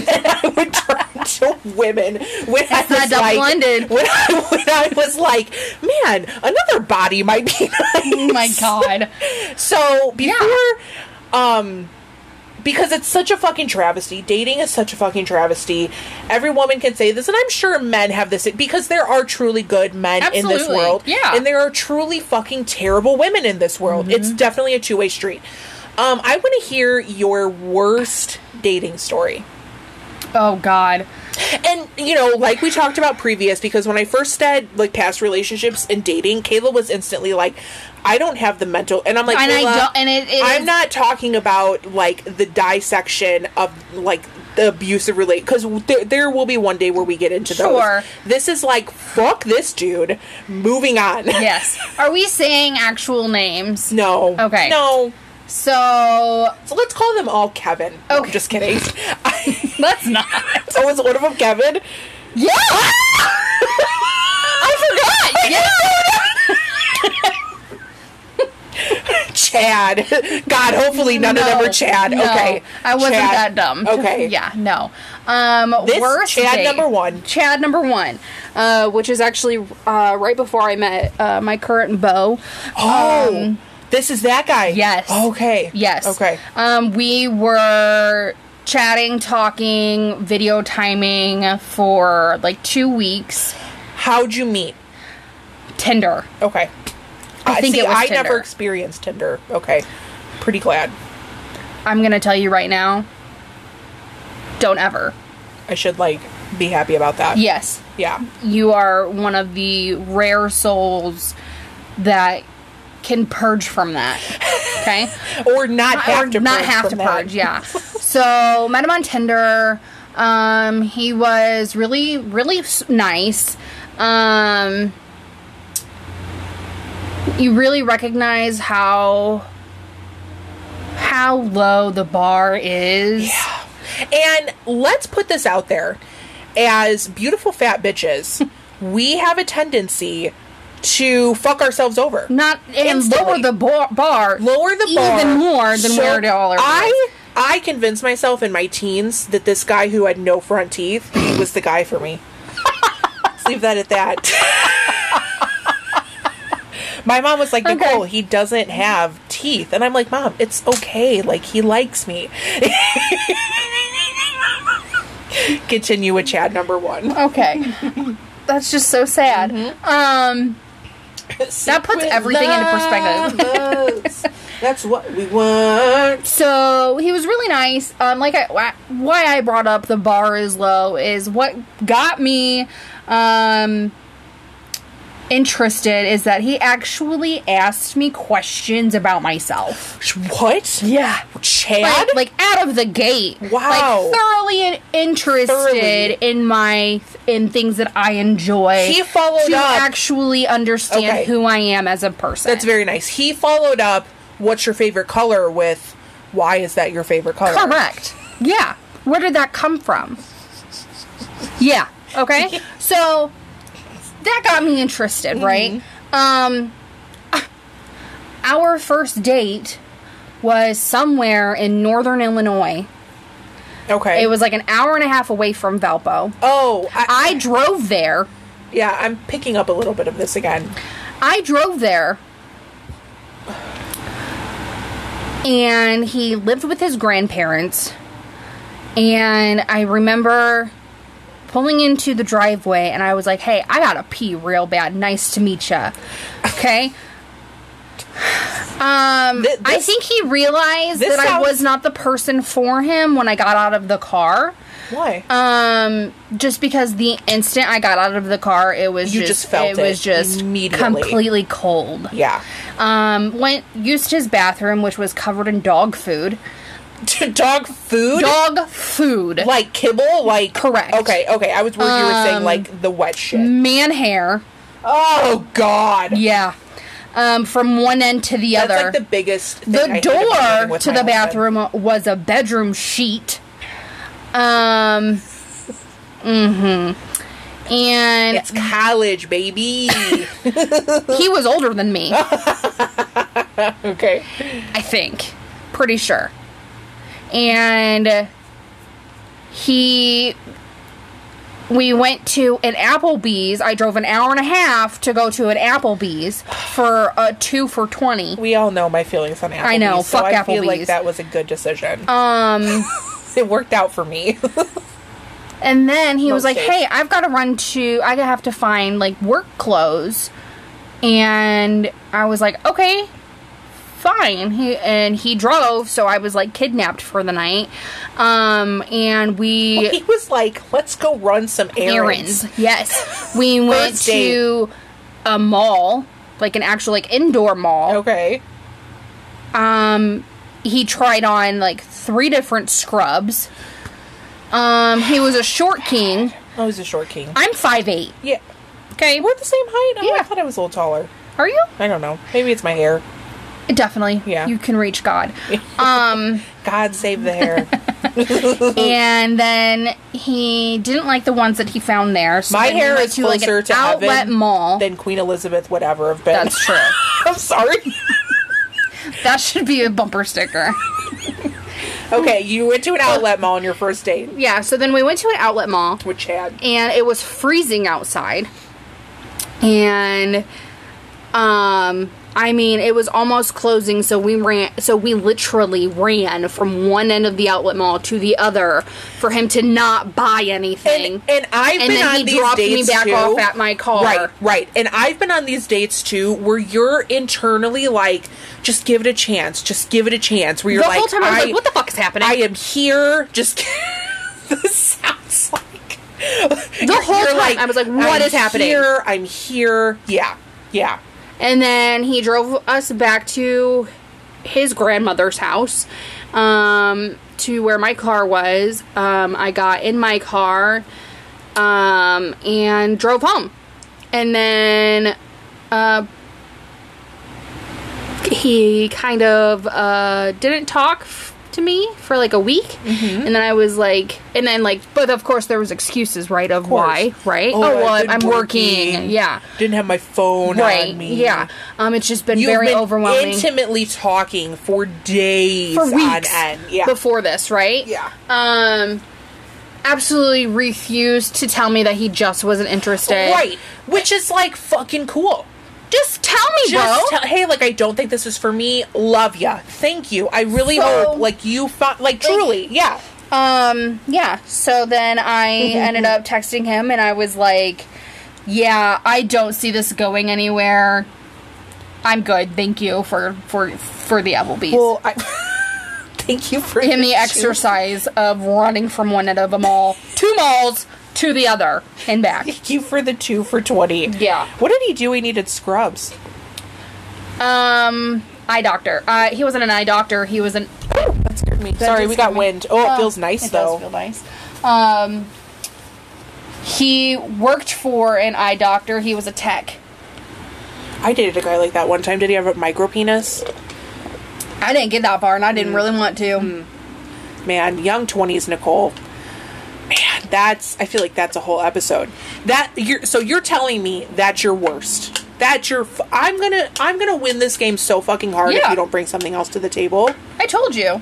Speaker 1: then I would turn to women. When I
Speaker 2: not
Speaker 1: was like,
Speaker 2: double-ended.
Speaker 1: when I, when I was like, man, another body might be nice.
Speaker 2: oh <laughs> my god.
Speaker 1: So before, um, because it's such a fucking travesty. Dating is such a fucking travesty. Every woman can say this, and I'm sure men have this because there are truly good men in this
Speaker 2: Absolutely.
Speaker 1: world,
Speaker 2: Yeah. Mm-hmm.
Speaker 1: and there are truly fucking terrible women in this world. It's definitely a two way street. Um, I want to hear your worst dating story.
Speaker 2: Oh god.
Speaker 1: And you know, like we talked about previous, because when I first said like past relationships and dating, Kayla was instantly like, "I don't have the mental," and I'm like,
Speaker 2: And
Speaker 1: "Kayla,
Speaker 2: I don't. And it, it
Speaker 1: I'm
Speaker 2: is-
Speaker 1: not talking about like the dissection of like the abusive relate because there, there will be one day where we get into those.
Speaker 2: Sure.
Speaker 1: This is like fuck this dude. Moving on.
Speaker 2: Yes. Are we saying actual
Speaker 1: <laughs>
Speaker 2: names?
Speaker 1: no.
Speaker 2: Okay.
Speaker 1: No.
Speaker 2: So
Speaker 1: So let's call them all Kevin. No, I'm
Speaker 2: Okay.
Speaker 1: just kidding. <laughs> I, <laughs>
Speaker 2: let's not.
Speaker 1: so was one of them Kevin?
Speaker 2: Yeah. I
Speaker 1: <laughs>
Speaker 2: forgot. Yeah.
Speaker 1: Chad. <laughs> God, hopefully none of them
Speaker 2: No.
Speaker 1: were Chad.
Speaker 2: No.
Speaker 1: Okay.
Speaker 2: I wasn't
Speaker 1: Chad.
Speaker 2: that dumb.
Speaker 1: Okay.
Speaker 2: <laughs> Yeah. No. Um.
Speaker 1: This
Speaker 2: worst
Speaker 1: Chad
Speaker 2: date.
Speaker 1: number one.
Speaker 2: Chad number one, uh, which is actually uh, right before I met uh, my current beau.
Speaker 1: Oh.
Speaker 2: Um,
Speaker 1: this is that guy.
Speaker 2: Yes.
Speaker 1: Okay.
Speaker 2: Yes.
Speaker 1: Okay.
Speaker 2: Um, we were chatting, talking, video timing for like two weeks.
Speaker 1: How'd you meet?
Speaker 2: Tinder.
Speaker 1: Okay.
Speaker 2: I
Speaker 1: Uh,
Speaker 2: think
Speaker 1: see,
Speaker 2: it was
Speaker 1: I
Speaker 2: Tinder.
Speaker 1: never experienced Tinder. Okay. Pretty glad.
Speaker 2: I'm gonna tell you right now. Don't ever.
Speaker 1: I should like be happy about that.
Speaker 2: Yes,
Speaker 1: Yeah.
Speaker 2: you are one of the rare souls that can purge from that. Okay.
Speaker 1: Or not have
Speaker 2: or
Speaker 1: to
Speaker 2: not
Speaker 1: purge
Speaker 2: have
Speaker 1: from
Speaker 2: to
Speaker 1: that. <laughs>
Speaker 2: purge. Yeah. so met him on Tinder. Um, he was really, really s- nice. Um, you really recognize how how low the bar is.
Speaker 1: And let's put this out there. As beautiful fat
Speaker 2: <laughs>
Speaker 1: bitches, we have a tendency to fuck ourselves over.
Speaker 2: Not and
Speaker 1: Instantly.
Speaker 2: lower the bar, bar.
Speaker 1: lower the bar
Speaker 2: even more than where it all already
Speaker 1: I I convinced myself in my teens that this guy who had no front teeth was the guy for me.
Speaker 2: <laughs>
Speaker 1: Let's leave that at that. my mom was like,
Speaker 2: Okay.
Speaker 1: "Nicole, he doesn't have teeth," and I'm like, "Mom, it's okay. Like he likes me." <laughs> Continue with Chad number one.
Speaker 2: Okay.
Speaker 1: <laughs>
Speaker 2: That's just so sad.
Speaker 1: Mm-hmm.
Speaker 2: Um,
Speaker 1: That
Speaker 2: puts everything into
Speaker 1: perspective. <laughs> That's what we want.
Speaker 2: so he was really nice. Um, like I, why- why I brought up the bar is low is what got me, um, interested is that he actually asked me questions about myself.
Speaker 1: What?
Speaker 2: Yeah.
Speaker 1: Chad?
Speaker 2: Like, like out of the gate.
Speaker 1: Wow.
Speaker 2: Like thoroughly in- interested
Speaker 1: Thoroughly.
Speaker 2: in my in things that I enjoy.
Speaker 1: He followed
Speaker 2: to
Speaker 1: up.
Speaker 2: actually understand
Speaker 1: Okay.
Speaker 2: who I am as a person.
Speaker 1: That's very nice. He followed up what's your favorite color with why is that your favorite color?
Speaker 2: Correct. Yeah. Where did that come from? Yeah. Okay. so that got me interested, right? Um our first date was somewhere in northern Illinois.
Speaker 1: Okay.
Speaker 2: It was like an hour and a half away from Valpo.
Speaker 1: Oh, I,
Speaker 2: I drove there.
Speaker 1: yeah, I'm picking up a little bit of this again.
Speaker 2: I drove there. And he lived with his grandparents. And I remember pulling into the driveway and I was like, hey, I gotta pee real bad. Nice to meet ya. Okay? Um,
Speaker 1: Th-
Speaker 2: I
Speaker 1: this-
Speaker 2: think he realized
Speaker 1: this
Speaker 2: that I
Speaker 1: sounds-
Speaker 2: was not the person for him when I got out of the car.
Speaker 1: Why?
Speaker 2: Um, just because the instant I got out of the car, it was
Speaker 1: You
Speaker 2: just,
Speaker 1: just felt it
Speaker 2: was just
Speaker 1: immediately.
Speaker 2: completely cold.
Speaker 1: yeah. <laughs>
Speaker 2: Um, went used his bathroom, which was covered in dog food.
Speaker 1: Dog food?
Speaker 2: Dog food,
Speaker 1: like kibble? Like
Speaker 2: Correct. Um,
Speaker 1: Okay, okay. I was worried you were saying like the wet shit.
Speaker 2: man hair.
Speaker 1: Oh god.
Speaker 2: Yeah, um, from one end to the
Speaker 1: That's
Speaker 2: other.
Speaker 1: like the biggest thing I
Speaker 2: the
Speaker 1: hate about living
Speaker 2: door
Speaker 1: with
Speaker 2: to
Speaker 1: my
Speaker 2: the
Speaker 1: husband.
Speaker 2: bathroom was a bedroom sheet. Um. Mm-hmm. And
Speaker 1: It's college,
Speaker 2: <laughs>
Speaker 1: baby.
Speaker 2: he was older
Speaker 1: <laughs>
Speaker 2: than me.
Speaker 1: okay.
Speaker 2: I think. Pretty sure. And he. We went to an Applebee's. I drove an hour and a half to go to an Applebee's for a two for 20.
Speaker 1: We all know my feelings on Applebee's.
Speaker 2: I know,
Speaker 1: so
Speaker 2: fuck
Speaker 1: I feel like
Speaker 2: Applebee's.
Speaker 1: that was a good decision.
Speaker 2: Um,
Speaker 1: it worked out for me. <laughs>
Speaker 2: and then he was
Speaker 1: Most
Speaker 2: like,
Speaker 1: days.
Speaker 2: hey, I've got to run to, I have to find like work clothes. And I was like, okay, fine. He, and he drove, so I was like kidnapped for the night. Um, and
Speaker 1: <laughs>
Speaker 2: we.
Speaker 1: he was like, "Let's go run some errands."
Speaker 2: errands. Yes, <laughs> we went
Speaker 1: First date.
Speaker 2: to a mall, like an actual like indoor mall.
Speaker 1: Okay.
Speaker 2: Um, he tried on like three different scrubs. Um, he was a short king.
Speaker 1: I was Oh, a short king.
Speaker 2: I'm five eight.
Speaker 1: Yeah,
Speaker 2: Okay,
Speaker 1: we're the same height. Oh, I
Speaker 2: Yeah.
Speaker 1: thought I was a little taller.
Speaker 2: are you?
Speaker 1: I don't know. Maybe it's my hair.
Speaker 2: Definitely.
Speaker 1: Yeah.
Speaker 2: you can reach <laughs> God. Um,
Speaker 1: God save the hair.
Speaker 2: <laughs> and then he didn't like the ones that he found there. So
Speaker 1: My
Speaker 2: then he
Speaker 1: hair
Speaker 2: went
Speaker 1: is
Speaker 2: to, like, an
Speaker 1: closer to
Speaker 2: outlet
Speaker 1: heaven <laughs>
Speaker 2: mall. <laughs>
Speaker 1: Then Queen Elizabeth would ever have been.
Speaker 2: That's true.
Speaker 1: <laughs> I'm sorry.
Speaker 2: that should be a bumper sticker.
Speaker 1: Okay, you went to an outlet mall on your first date
Speaker 2: yeah. So then we went to an outlet mall.
Speaker 1: with Chad.
Speaker 2: and it was freezing outside. And um I mean, it was almost closing, so we ran so we literally ran from one end of the outlet mall to the other for him to not buy anything.
Speaker 1: And, and I've
Speaker 2: And
Speaker 1: been
Speaker 2: then
Speaker 1: on
Speaker 2: he
Speaker 1: these
Speaker 2: dropped me
Speaker 1: dates
Speaker 2: back
Speaker 1: too.
Speaker 2: off at my car.
Speaker 1: Right, right. And I've been on these dates too, where you're internally like, just give it a chance, just give it a chance. Where
Speaker 2: the
Speaker 1: you're like,
Speaker 2: whole time I was like, what the fuck is happening?
Speaker 1: I am here. Just <laughs> this sounds like the
Speaker 2: whole time, I was like, "What
Speaker 1: "What is
Speaker 2: is happening?"
Speaker 1: Here, I'm here. Yeah, yeah.
Speaker 2: And then he drove us back to his grandmother's house um, to where my car was. Um, I got in my car um, and drove home. And then uh, he kind of uh, didn't talk f- to me for like a week. And then I was like, and then like, but of course there was excuses, right, of, why, right? Oh, well,
Speaker 1: I've
Speaker 2: I'm
Speaker 1: been
Speaker 2: working. Yeah
Speaker 1: didn't have my phone
Speaker 2: right
Speaker 1: on me.
Speaker 2: yeah um it's just been
Speaker 1: You've
Speaker 2: very
Speaker 1: been
Speaker 2: overwhelming
Speaker 1: Intimately talking for days
Speaker 2: for weeks
Speaker 1: on end. Yeah,
Speaker 2: before this right
Speaker 1: yeah.
Speaker 2: um absolutely refused to tell me that he just wasn't interested
Speaker 1: Right, which is like fucking cool.
Speaker 2: just tell me
Speaker 1: Just
Speaker 2: bro
Speaker 1: tell, hey, like I don't think this is for me. Love ya. Thank you. I really
Speaker 2: So-
Speaker 1: hope like you found like truly. Yeah.
Speaker 2: um yeah so then i
Speaker 1: Mm-hmm.
Speaker 2: ended up texting him and i was like yeah i don't see this going anywhere i'm good thank you for for for the applebee's
Speaker 1: Well, I <laughs> thank you for
Speaker 2: in the
Speaker 1: your shoes.
Speaker 2: exercise of running from one end of a mall two malls to the other and
Speaker 1: <laughs>
Speaker 2: back
Speaker 1: Thank you for the two for 20.
Speaker 2: Yeah.
Speaker 1: What did he do? He needed scrubs.
Speaker 2: Um, eye doctor. Uh, he wasn't an eye doctor. He was an.
Speaker 1: That scared me. Sorry, we got wind. Oh, it feels nice
Speaker 5: it
Speaker 1: though.
Speaker 5: does feel nice.
Speaker 2: Um, he worked for an eye doctor. He was a tech.
Speaker 1: I dated a guy like that one time. Did he have a micro penis?
Speaker 2: I didn't get
Speaker 1: Mm.
Speaker 2: that far, and I didn't really want to.
Speaker 1: Man, young 20s Nicole. Man, That's I feel like that's a whole episode. That you're so you're telling me that's your worst. That's your. f- I'm gonna I'm gonna win this game so fucking hard if
Speaker 2: Yeah.
Speaker 1: you don't bring something else to the table.
Speaker 2: I told you.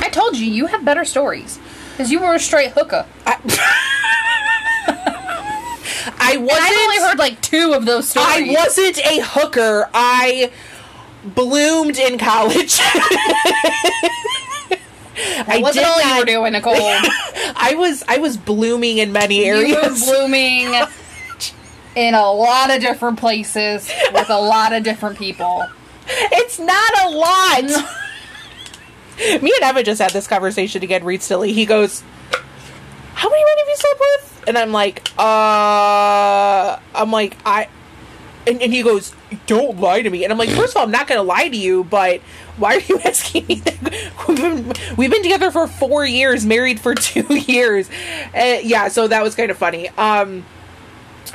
Speaker 2: I told you you have better stories because you were a straight hooker.
Speaker 1: <laughs> I wasn't.
Speaker 2: I've only heard like two of those stories.
Speaker 1: I wasn't a hooker. I bloomed in college. <laughs> I
Speaker 2: It
Speaker 1: did
Speaker 2: wasn't all you were
Speaker 1: not.
Speaker 2: doing,
Speaker 1: <laughs>
Speaker 2: Nicole.
Speaker 1: I was I was blooming in many
Speaker 2: you <laughs> were
Speaker 1: areas.
Speaker 2: blooming in a lot of different places with a lot of different people.
Speaker 1: It's not a lot. Me and Emma just had this conversation again recently. He goes, "How many men have you slept with?" And I'm like, "Uh," I'm like, "I," and, and he goes, "Don't lie to me." And I'm like, first of all, I'm not gonna lie to you, but why are you <laughs> asking me? That? We've been we've been together for four years, married for <laughs> two years. Uh, yeah, so that was kind of funny. Um.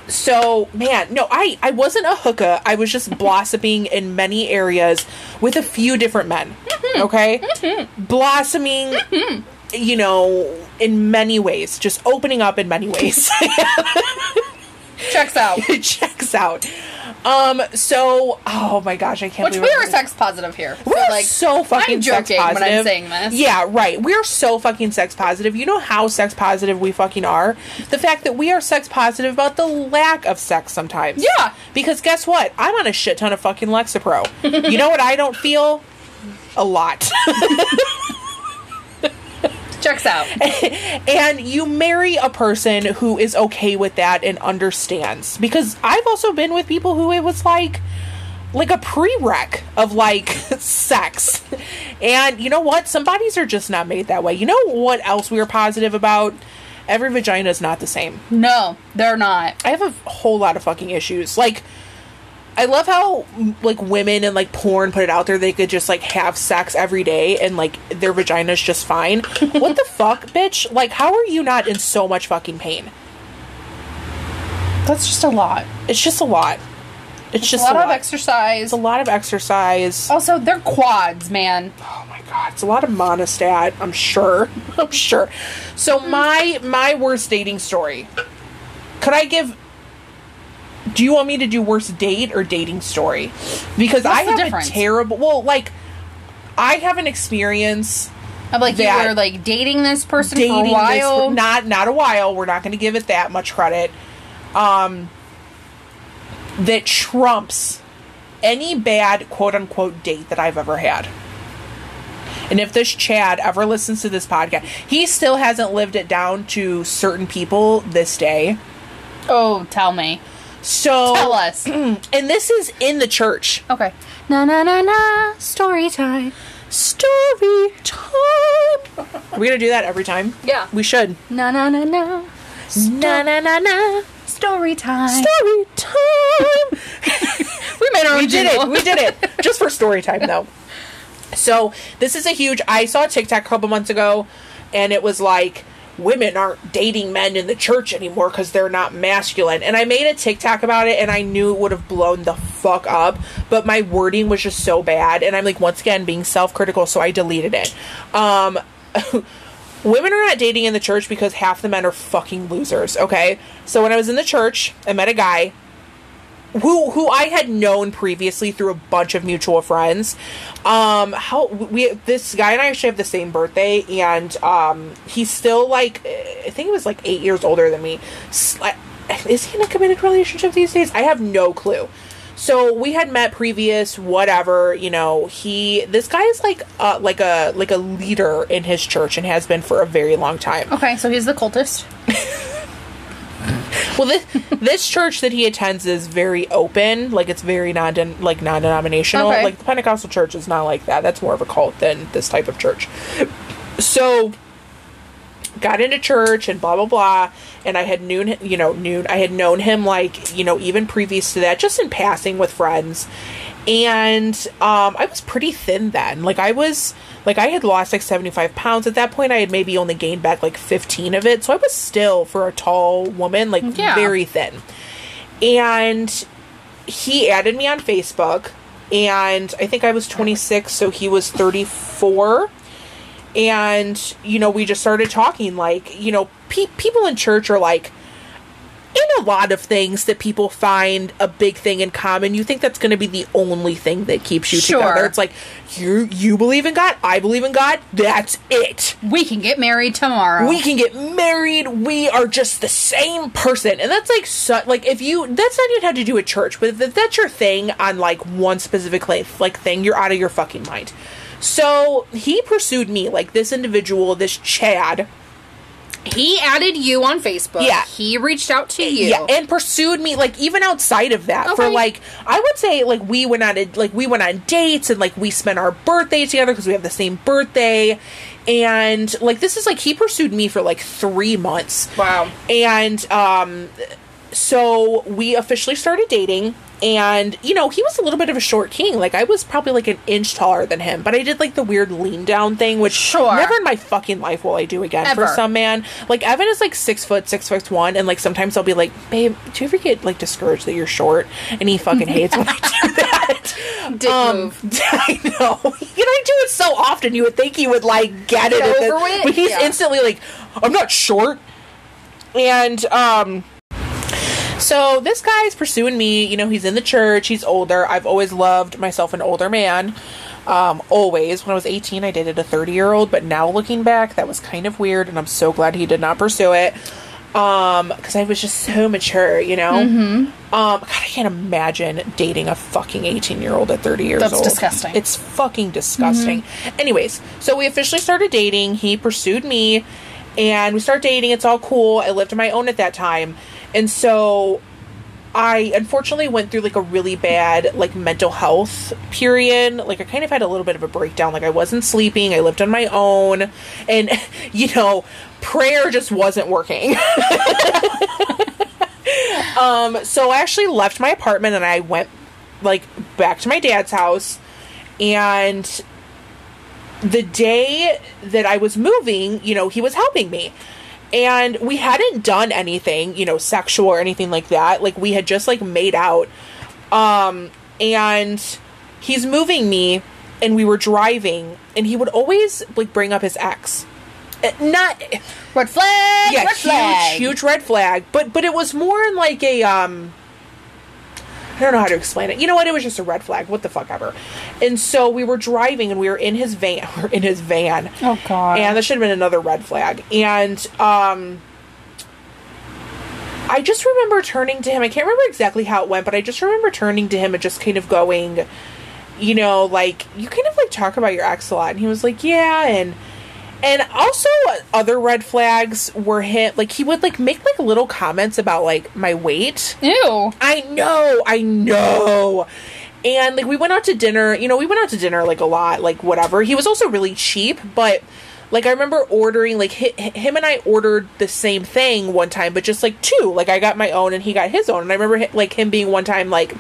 Speaker 1: So man, no, I I wasn't a hookah. I was just blossoming in many areas with a few different men. Okay, blossoming. You know, in many ways, just opening up in many ways. <laughs>
Speaker 2: <laughs> Checks out.
Speaker 1: it checks out. Um. So, oh my gosh, I can't.
Speaker 2: Which
Speaker 1: believe
Speaker 2: we
Speaker 1: I'm-
Speaker 2: are sex positive here.
Speaker 1: We're so, fucking
Speaker 2: I'm
Speaker 1: sex
Speaker 2: joking
Speaker 1: positive.
Speaker 2: when I'm saying this.
Speaker 1: Yeah, right. We're so fucking sex positive. You know how sex positive we fucking are. The fact that we are sex positive about the lack of sex sometimes.
Speaker 2: Yeah.
Speaker 1: Because guess what? I'm on a shit ton of fucking Lexapro. you know what I don't feel? A lot.
Speaker 2: Checks out.
Speaker 1: and you marry a person who is okay with that and understands. Because I've also been with people who it was like like a prereq of like <laughs> sex. And you know what? Some bodies are just not made that way. You know what else we are positive about? Every vagina is not the same.
Speaker 2: No, they're not.
Speaker 1: I have a whole lot of fucking issues. Like, I love how m- like women and like porn put it out there. They could just like have sex every day and like their vagina's just
Speaker 2: <laughs>
Speaker 1: fine. what the fuck, bitch? Like, how are you not in so much fucking pain?
Speaker 2: That's just a lot.
Speaker 1: It's just a lot. It's, just
Speaker 2: a lot, of exercise.
Speaker 1: It's a lot of exercise.
Speaker 2: Also, they're quads, man.
Speaker 1: Oh my god, it's a lot of monostat. I'm sure. <laughs> I'm sure. So my my worst dating story. Could I give? Do you want me to do worst date or dating story? Because I
Speaker 2: the
Speaker 1: have
Speaker 2: difference?
Speaker 1: a terrible. Well, like I have an experience
Speaker 2: I'm like
Speaker 1: That-
Speaker 2: you were like dating this person
Speaker 1: dating
Speaker 2: for a
Speaker 1: this-
Speaker 2: while.
Speaker 1: not not a while. We're not going to give it that much credit. Um, that trumps any bad quote unquote date that I've ever had. And if this Chad ever listens to this podcast, he still hasn't lived it down to certain people this day.
Speaker 2: oh, tell me.
Speaker 1: So hmm,
Speaker 2: Tell us.
Speaker 1: And this is in the church.
Speaker 2: okay.
Speaker 3: Na na na na. Story time.
Speaker 1: Story time. Are we gonna do that every time?
Speaker 2: Yeah.
Speaker 1: We should.
Speaker 3: Na na na na.
Speaker 1: Na na na na.
Speaker 3: Story time.
Speaker 1: Story time.
Speaker 2: We made our own
Speaker 1: we did it.
Speaker 2: jingle.
Speaker 1: We did
Speaker 2: <laughs>
Speaker 1: it. Just for story time, though. So this is a huge. I saw a TikTok a couple months ago, and it was like women aren't dating men in the church anymore because they're not masculine. And I made a TikTok about it, and I knew it would have blown the fuck up. But my wording was just so bad, and I'm like once again being self critical, so I deleted it. Um. <laughs> women are not dating in the church because half the men are fucking losers, okay? So when I was in the church, I met a guy who who I had known previously through a bunch of mutual friends. Um how we this guy and I actually have the same birthday and um he's still like I think he was like 8 years older than me. S- I- Is he in a committed relationship these days? I have no clue. So we had met previous, whatever, you know, he this guy is like uh like a like a leader in his church and has been for a very long time.
Speaker 2: Okay, so he's the cultist.
Speaker 1: Well, this this church that he attends is very open. Like it's very non like non denominational.
Speaker 2: Okay.
Speaker 1: Like the Pentecostal church is not like that. That's more of a cult than this type of church. So got into church and blah blah blah and i had known you know known i had known him like you know even previous to that just in passing with friends and um i was pretty thin then like i was like i had lost like 75 pounds at that point i had maybe only gained back like 15 of it so i was still for a tall woman like
Speaker 2: Yeah.
Speaker 1: very thin and he added me on facebook and i think i was 26 so he was 34 and you know we just started talking like you know pe- people in church are like in a lot of things that people find a big thing in common you think that's going to be the only thing that keeps you
Speaker 2: Sure.
Speaker 1: together it's like you you believe in god i believe in god that's it
Speaker 2: We can get married tomorrow.
Speaker 1: we can get married we are just the same person and that's like su- like if you that's not even how to do at church but if that's your thing on like one specific cla- like thing you're out of your fucking mind so he pursued me like this individual this chad
Speaker 3: He added you on Facebook.
Speaker 1: Yeah.
Speaker 3: He reached out to you.
Speaker 1: Yeah, and pursued me like even outside of that for
Speaker 3: Okay.
Speaker 1: like I would say like we went on a, like we went on dates and like we spent our birthday together because we have the same birthday, and like this is like he pursued me for like three months.
Speaker 3: Wow.
Speaker 1: And um, so we officially started dating. And you know he was a little bit of a short king. Like I was probably like an inch taller than him, but I did like the weird lean down thing, which
Speaker 2: Sure.
Speaker 1: never in my fucking life will I do again for
Speaker 2: Ever.
Speaker 1: some man. Like Evan is like six foot, six foot one, and like sometimes I'll be like, babe, do you ever get like discouraged that you're short? And he fucking hates when I do
Speaker 2: <laughs>
Speaker 1: that.
Speaker 3: Dick
Speaker 1: Um,
Speaker 3: move.
Speaker 1: <laughs> I know. You know, I do it so often. You would think he would like get it,
Speaker 2: Get
Speaker 1: at the-
Speaker 2: over it?
Speaker 1: but he's
Speaker 2: Yeah.
Speaker 1: instantly like, I'm not short. And um, so this guy's pursuing me. You know, he's in the church. He's older. I've always loved myself an older man. Um, always. When I was 18, I dated a 30 year old. But now looking back, that was kind of weird, and I'm so glad he did not pursue it. Um, because I was just so mature, you know. Mm-hmm. Um, God, I can't imagine dating a fucking 18 year old at 30 years
Speaker 2: That's
Speaker 1: old.
Speaker 2: disgusting.
Speaker 1: It's fucking disgusting. Anyways, so we officially started dating. He pursued me, and we start dating. It's all cool. I lived on my own at that time, and so I unfortunately went through like a really bad like mental health period. Like I kind of had a little bit of a breakdown. Like I wasn't sleeping. I lived on my own, and <laughs> you know, prayer just wasn't working. <laughs> um, so I actually left my apartment and I went like back to my dad's house, and the day that I was moving, you know, he was helping me. And we hadn't done anything, you know, sexual or anything like that. Like we had just like made out. Um and he's moving me and we were driving and he would always like bring up his ex. Uh, Not
Speaker 2: Red flag.
Speaker 1: yeah,
Speaker 2: red flag.
Speaker 1: huge huge red flag, but but it was more in like a um I don't know how to explain it. You know what? It was just a red flag. What the fuck ever. And so we were driving and we were in his van, <laughs> we were in his van.
Speaker 2: Oh god.
Speaker 1: And that should have been another red flag. And um I just remember turning to him. I can't remember exactly how it went, but I just remember turning to him and just kind of going, you know, like you kind of like talk about your ex a lot. And he was like, "Yeah," and and also uh, other red flags were hit. Like he would like make like little comments about like my weight.
Speaker 2: Ew.
Speaker 1: I know, I know. And like we went out to dinner, you know, we went out to dinner like a lot, like whatever. He was also really cheap, but like I remember ordering like hi- hi- him and I ordered the same thing one time, but just like two. Like I got my own and he got his own. And I remember hi- like him being one time like,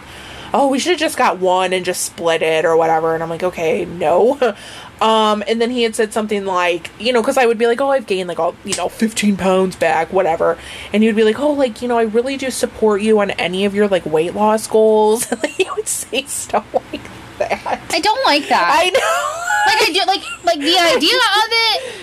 Speaker 1: "Oh, we should have just got one and just split it or whatever." And I'm like, "Okay, no." <laughs> Um, and then he had said something like, you know, because I would be like, oh, I've gained like all, you know, 15 pounds back, whatever. And he would be like, oh, like, you know, I really do support you on any of your like weight loss goals. <laughs> like, he would say stuff like that.
Speaker 2: I don't like that.
Speaker 1: I know. <laughs>
Speaker 3: like I do, like like the idea of it.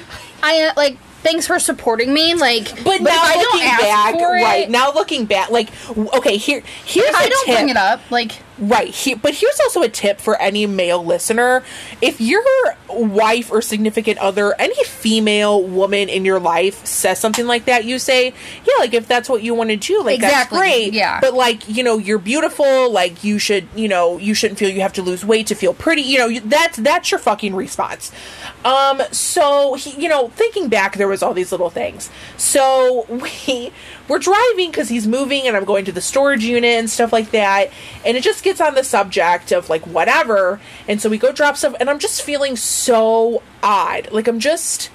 Speaker 3: I uh, like thanks for supporting me. Like,
Speaker 1: But, now
Speaker 2: if I don't
Speaker 1: looking
Speaker 2: ask
Speaker 1: back,
Speaker 2: for it-
Speaker 1: right? Now looking back, like, w- okay, here, here's
Speaker 2: I
Speaker 1: a
Speaker 2: don't
Speaker 1: tip.
Speaker 2: bring it up. Like
Speaker 1: Right. He, but here's also a tip for any male listener. If your wife or significant other, any female woman in your life says something like that, you say, yeah, like if that's what you want to do, like
Speaker 2: Exactly,
Speaker 1: that's great.
Speaker 2: yeah.
Speaker 1: But like, you know, you're beautiful. Like you should, you know, you shouldn't feel you have to lose weight to feel pretty. You know, you, that's, that's your fucking response. Um, so he, you know, thinking back, there was all these little things. So <laughs> we, we're driving cause he's moving and I'm going to the storage unit and stuff like that. And it just gets on the subject of like whatever. And so we go drop stuff, and I'm just feeling so odd. Like I'm just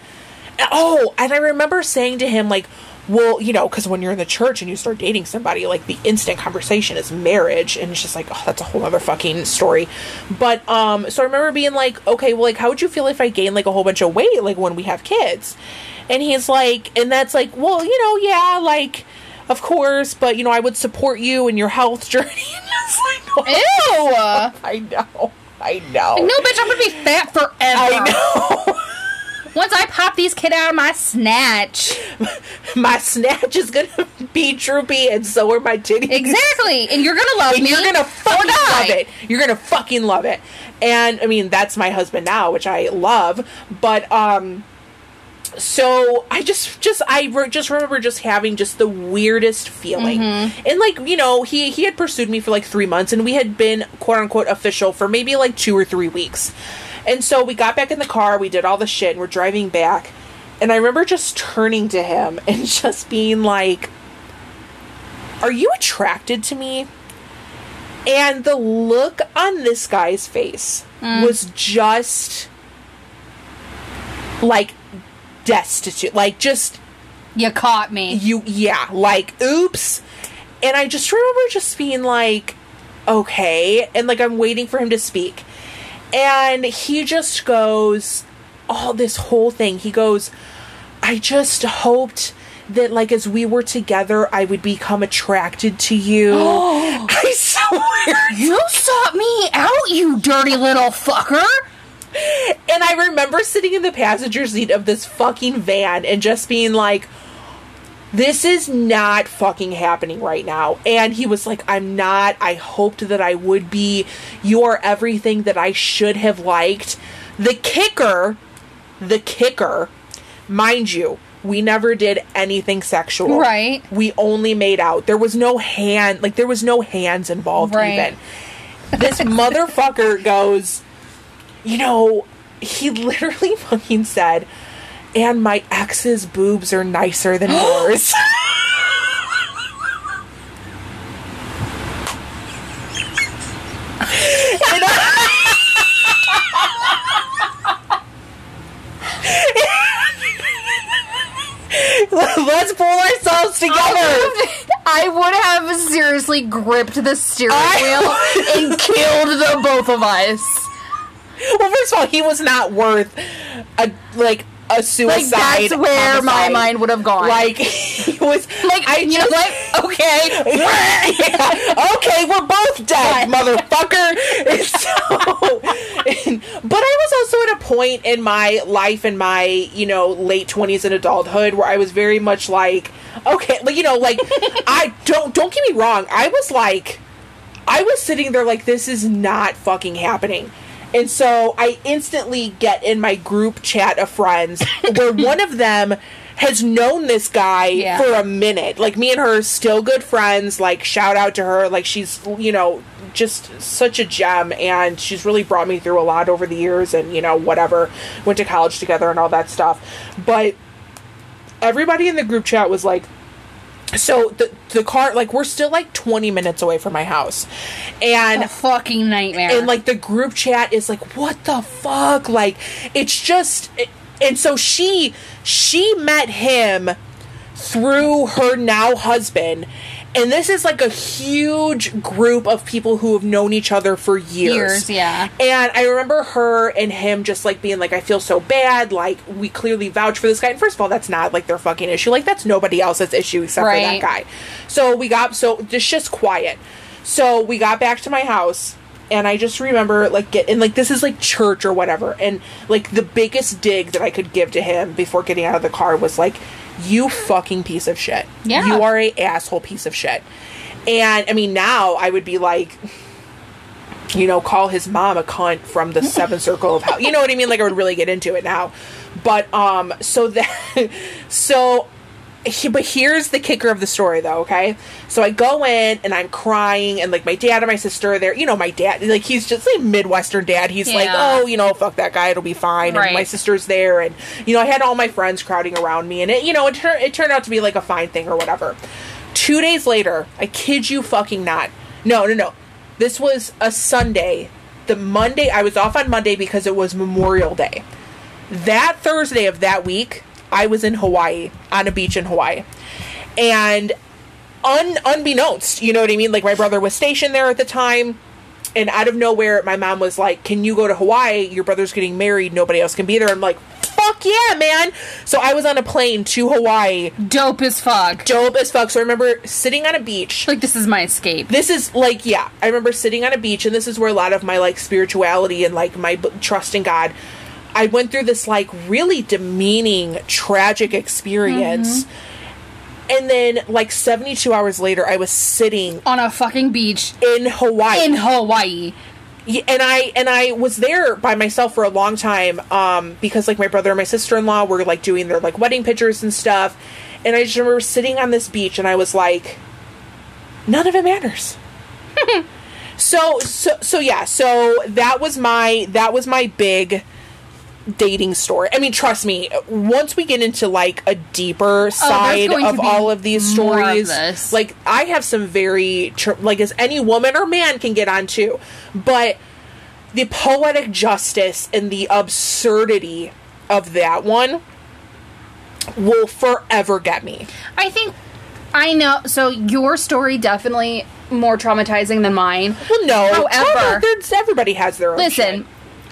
Speaker 1: oh, and I remember saying to him like, well, you know, because when you're in the church and you start dating somebody, like the instant conversation is marriage, and it's just like, oh, that's a whole other fucking story. But um, so I remember being like, okay, well, like, how would you feel if I gained like a whole bunch of weight, like when we have kids? And he's like, and that's like, well, you know, yeah, like. Of course, but you know, I would support you in your health <laughs> journey. And it's like, "Oh,
Speaker 2: ew. no,
Speaker 1: I know. I know.
Speaker 2: bitch. I'm gonna be fat forever.
Speaker 1: I know.
Speaker 2: Once I pop these kid out of my snatch,
Speaker 1: <laughs> my snatch is gonna be droopy, and so are my titties.
Speaker 2: exactly, and you're gonna love
Speaker 1: And
Speaker 2: me.
Speaker 1: you're gonna fucking
Speaker 2: die.
Speaker 1: love it. You're gonna fucking love it. And I mean, that's my husband now, which I love. But um, so I just, just I re- just remember just having just the weirdest feeling. And like you know, he he had pursued me for like three months, and we had been quote unquote official for maybe like two or three weeks. And so we got back in the car, we did all the shit, and we're driving back. And I remember just turning to him and <laughs> just being like, "Are you attracted to me?" And the look on this guy's face was just like destitute. Like just
Speaker 2: You caught me.
Speaker 1: you yeah, like oops. And I just remember just being like okay and like I'm waiting for him to speak. And he just goes all this whole thing. He goes I just hoped that like as we were together I would become attracted to you. I <laughs> swear
Speaker 2: You sought me out, you dirty little fucker.
Speaker 1: And I remember sitting in the passenger seat of this fucking van and just being like, this is not fucking happening right now. And he was like, I'm not. I hoped that I would be. You are everything that I should have liked. The kicker, the kicker, mind you, we never did anything sexual.
Speaker 2: Right.
Speaker 1: We only made out. There was no hand, like, there was no hands involved,
Speaker 2: Right.
Speaker 1: even. This <laughs> motherfucker goes, you know, he literally <laughs> fucking said, and my ex's boobs are
Speaker 3: <gasps>
Speaker 1: nicer
Speaker 3: <laughs>
Speaker 1: than yours. And I- <laughs> Let's pull ourselves
Speaker 3: Oh,
Speaker 1: together.
Speaker 3: I would have seriously gripped the steering
Speaker 1: I- <laughs>
Speaker 3: wheel and killed the both of us.
Speaker 1: Well, first of all, he was not worth a like a
Speaker 3: Like
Speaker 1: suicide.
Speaker 3: that's where my
Speaker 1: homicide.
Speaker 3: mind would have gone.
Speaker 1: Like he was
Speaker 3: like
Speaker 1: I
Speaker 3: you
Speaker 1: just-
Speaker 3: know what? Okay,
Speaker 1: Yeah, <laughs> okay, we're both dead, motherfucker. And so, and- but I was also at a point in my life, in my you know late twenties and adulthood, where I was very much like, okay, like you know, like I don't don't get me wrong, I was like, I was sitting there like this is not fucking happening. And so I instantly get in my group chat of friends where one of them has known this guy
Speaker 2: Yeah.
Speaker 1: for a minute. Like me and her are still good friends. Like shout out to her. Like she's you know just such a gem and she's really brought me through a lot over the years and you know whatever. Went to college together and all that stuff. But everybody in the group chat was like so the the car like we're still like 20 minutes away from my house. And
Speaker 2: A fucking nightmare.
Speaker 1: and like the group chat is like what the fuck like it's just and so she she met him through her now husband and this is like a huge group of people who have known each other for years
Speaker 2: Years, yeah.
Speaker 1: and i remember her and him just like being like i feel so bad like we clearly vouch for this guy and first of all that's not like their fucking issue like that's nobody else's issue except for that
Speaker 2: Right.
Speaker 1: guy so we got so just just quiet. So we got back to my house and I just remember like get and like this is like church or whatever and like the biggest dig that I could give to him before getting out of the car was like you fucking piece of shit.
Speaker 2: Yeah.
Speaker 1: You are a asshole piece of shit. And I mean now I would be like you know, call his mom a cunt from the seventh circle of hell. You know what I mean? Like I would really get into it now. But um so that <laughs> so he, but here's the kicker of the story though, okay? So I go in and I'm crying and like my dad and my sister are there. You know, my dad like he's just like Midwestern dad. He's like,
Speaker 2: Yeah.
Speaker 1: "Oh, you know, fuck that guy. It'll be fine."
Speaker 2: Right.
Speaker 1: And my sister's there and you know, I had all my friends crowding around me and it you know, it, tur- it turned out to be like a fine thing or whatever. 2 days later, I kid you fucking not. No, no, no. This was a Sunday. The Monday, I was off on Monday because it was Memorial Day. That Thursday of that week, I was in Hawaii, on a beach in Hawaii. And un- unbeknownst, you know what I mean? Like, my brother was stationed there at the time. And out of nowhere, my mom was like, Can you go to Hawaii? Your brother's getting married. Nobody else can be there. I'm like, Fuck yeah, man. So I was on a plane to Hawaii,
Speaker 2: dope as fuck.
Speaker 1: dope as fuck. So I remember sitting on a beach
Speaker 2: like this is my escape.
Speaker 1: this is like yeah i remember sitting on a beach and this is where a lot of my like spirituality and like my b- trust in god I went through this like really demeaning, tragic experience. And then, like 72 hours later, I was sitting
Speaker 2: on a fucking beach
Speaker 1: in Hawaii.
Speaker 2: in Hawaii.
Speaker 1: Y- and I and I was there by myself for a long time um, because like my brother and my sister in law were like doing their like wedding pictures and stuff, and I just remember sitting on this beach and I was like, none of it matters. <laughs> so so so yeah, so that was my that was my big dating story. I mean, trust me, once we get into like a deeper side
Speaker 2: Oh, going to
Speaker 1: of
Speaker 2: be
Speaker 1: all of these
Speaker 2: more of
Speaker 1: stories,
Speaker 2: this.
Speaker 1: like I have some very tr- like as any woman or man can get onto, but the poetic justice and the absurdity of that one will forever get me.
Speaker 2: I think I know. So your story definitely more traumatizing than mine.
Speaker 1: Well, no,
Speaker 2: However-
Speaker 1: Trevor, there's- everybody has their own.
Speaker 2: Listen,
Speaker 1: shit.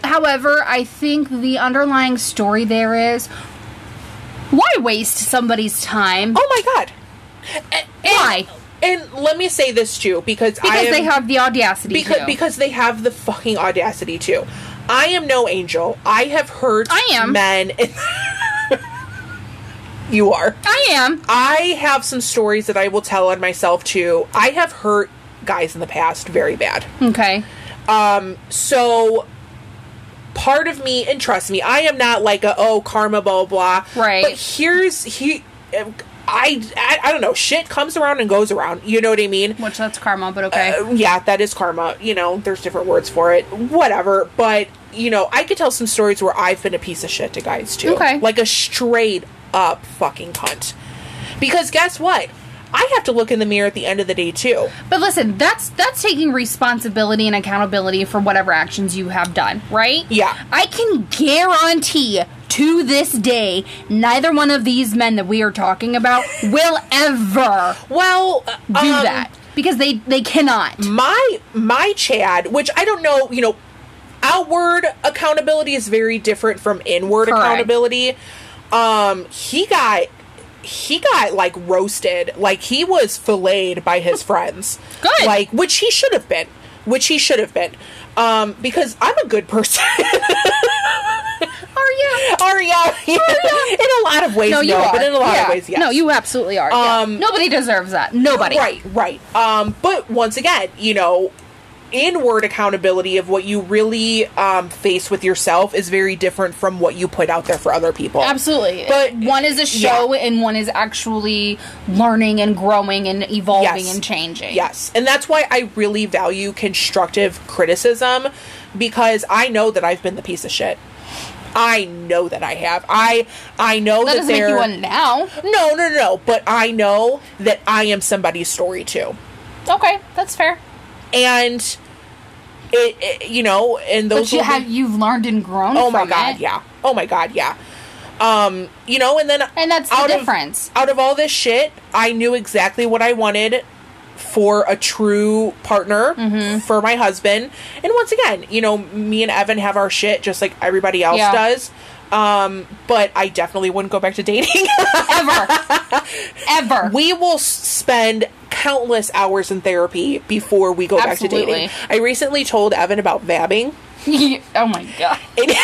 Speaker 2: however, I think the underlying story there is why waste somebody's time?
Speaker 1: oh my god,
Speaker 2: why?
Speaker 1: and let me say this too because I
Speaker 2: Because
Speaker 1: am,
Speaker 2: they have the audacity
Speaker 1: because
Speaker 2: to.
Speaker 1: because they have the fucking audacity to. I am no angel. I have heard
Speaker 2: I am.
Speaker 1: men. <laughs> you are.
Speaker 2: I am.
Speaker 1: I have some stories that I will tell on myself too. I have hurt guys in the past very bad.
Speaker 2: Okay.
Speaker 1: So part of me, and trust me, I am not like a oh karma blah blah. blah.
Speaker 2: Right.
Speaker 1: But here's he. I, I I don't know. Shit comes around and goes around. You know what I mean?
Speaker 2: Which that's karma, but okay.
Speaker 1: Uh, yeah, that is karma. You know, there's different words for it. Whatever. But, you know, I could tell some stories where I've been a piece of shit to guys too.
Speaker 2: Okay.
Speaker 1: Like a straight up fucking cunt. Because guess what? I have to look in the mirror at the end of the day too.
Speaker 2: but listen, that's that's taking responsibility and accountability for whatever actions you have done, right?
Speaker 1: Yeah.
Speaker 2: I can guarantee to this day, neither one of these men that we are
Speaker 1: <laughs>
Speaker 2: talking about will ever
Speaker 1: Well, do
Speaker 2: do that because they they cannot.
Speaker 1: my my Chad, which I don't know, you know, outward accountability is very different from inward
Speaker 2: Correct.
Speaker 1: accountability. Um, he got he got like roasted, like he was filleted by his friends.
Speaker 2: Good.
Speaker 1: like which he should have been, which he should have been, um, because I'm a good person.
Speaker 2: <laughs> Are you?
Speaker 1: Aria, <laughs> in a lot of ways, no,
Speaker 2: No, you are.
Speaker 1: but in a lot of
Speaker 2: Yeah.
Speaker 1: ways, yes.
Speaker 2: No, you absolutely are. yeah.
Speaker 1: Um,
Speaker 2: Nobody deserves that. Nobody.
Speaker 1: Right, right. Um, but once again, you know, inward accountability of what you really um, face with yourself is very different from what you put out there for other people.
Speaker 2: Absolutely.
Speaker 1: But-
Speaker 2: But one is a show and one is actually learning and growing and evolving
Speaker 1: Yes.
Speaker 2: and changing.
Speaker 1: Yes. And that's why I really value constructive criticism because I know that I've been the piece of shit. I know that I have. I I know
Speaker 2: That
Speaker 1: that,
Speaker 2: doesn't make
Speaker 1: there-
Speaker 2: you one now.
Speaker 1: No, no, no, no. But I know that I am somebody's story too.
Speaker 2: Okay, that's fair.
Speaker 1: And it, it you know, and those
Speaker 2: But you
Speaker 1: will be-
Speaker 2: have you've learned and grown.
Speaker 1: Oh my
Speaker 2: from
Speaker 1: god,
Speaker 2: it.
Speaker 1: yeah. Oh my god, yeah. Um, you know, and then
Speaker 2: And that's the
Speaker 1: out of-
Speaker 2: difference.
Speaker 1: out of all this shit, I knew exactly what I wanted for a true partner
Speaker 2: Mm-hmm.
Speaker 1: for my husband. And once again, you know, me and Evan have our shit just like everybody else
Speaker 2: Yeah.
Speaker 1: does. Um, but I definitely wouldn't go back to dating. <laughs>
Speaker 2: Ever. Ever.
Speaker 1: we will s- spend countless hours in therapy before we go back to
Speaker 2: Absolutely.
Speaker 1: dating. I recently told Evan about vabbing.
Speaker 2: <laughs> oh my god.
Speaker 1: <laughs>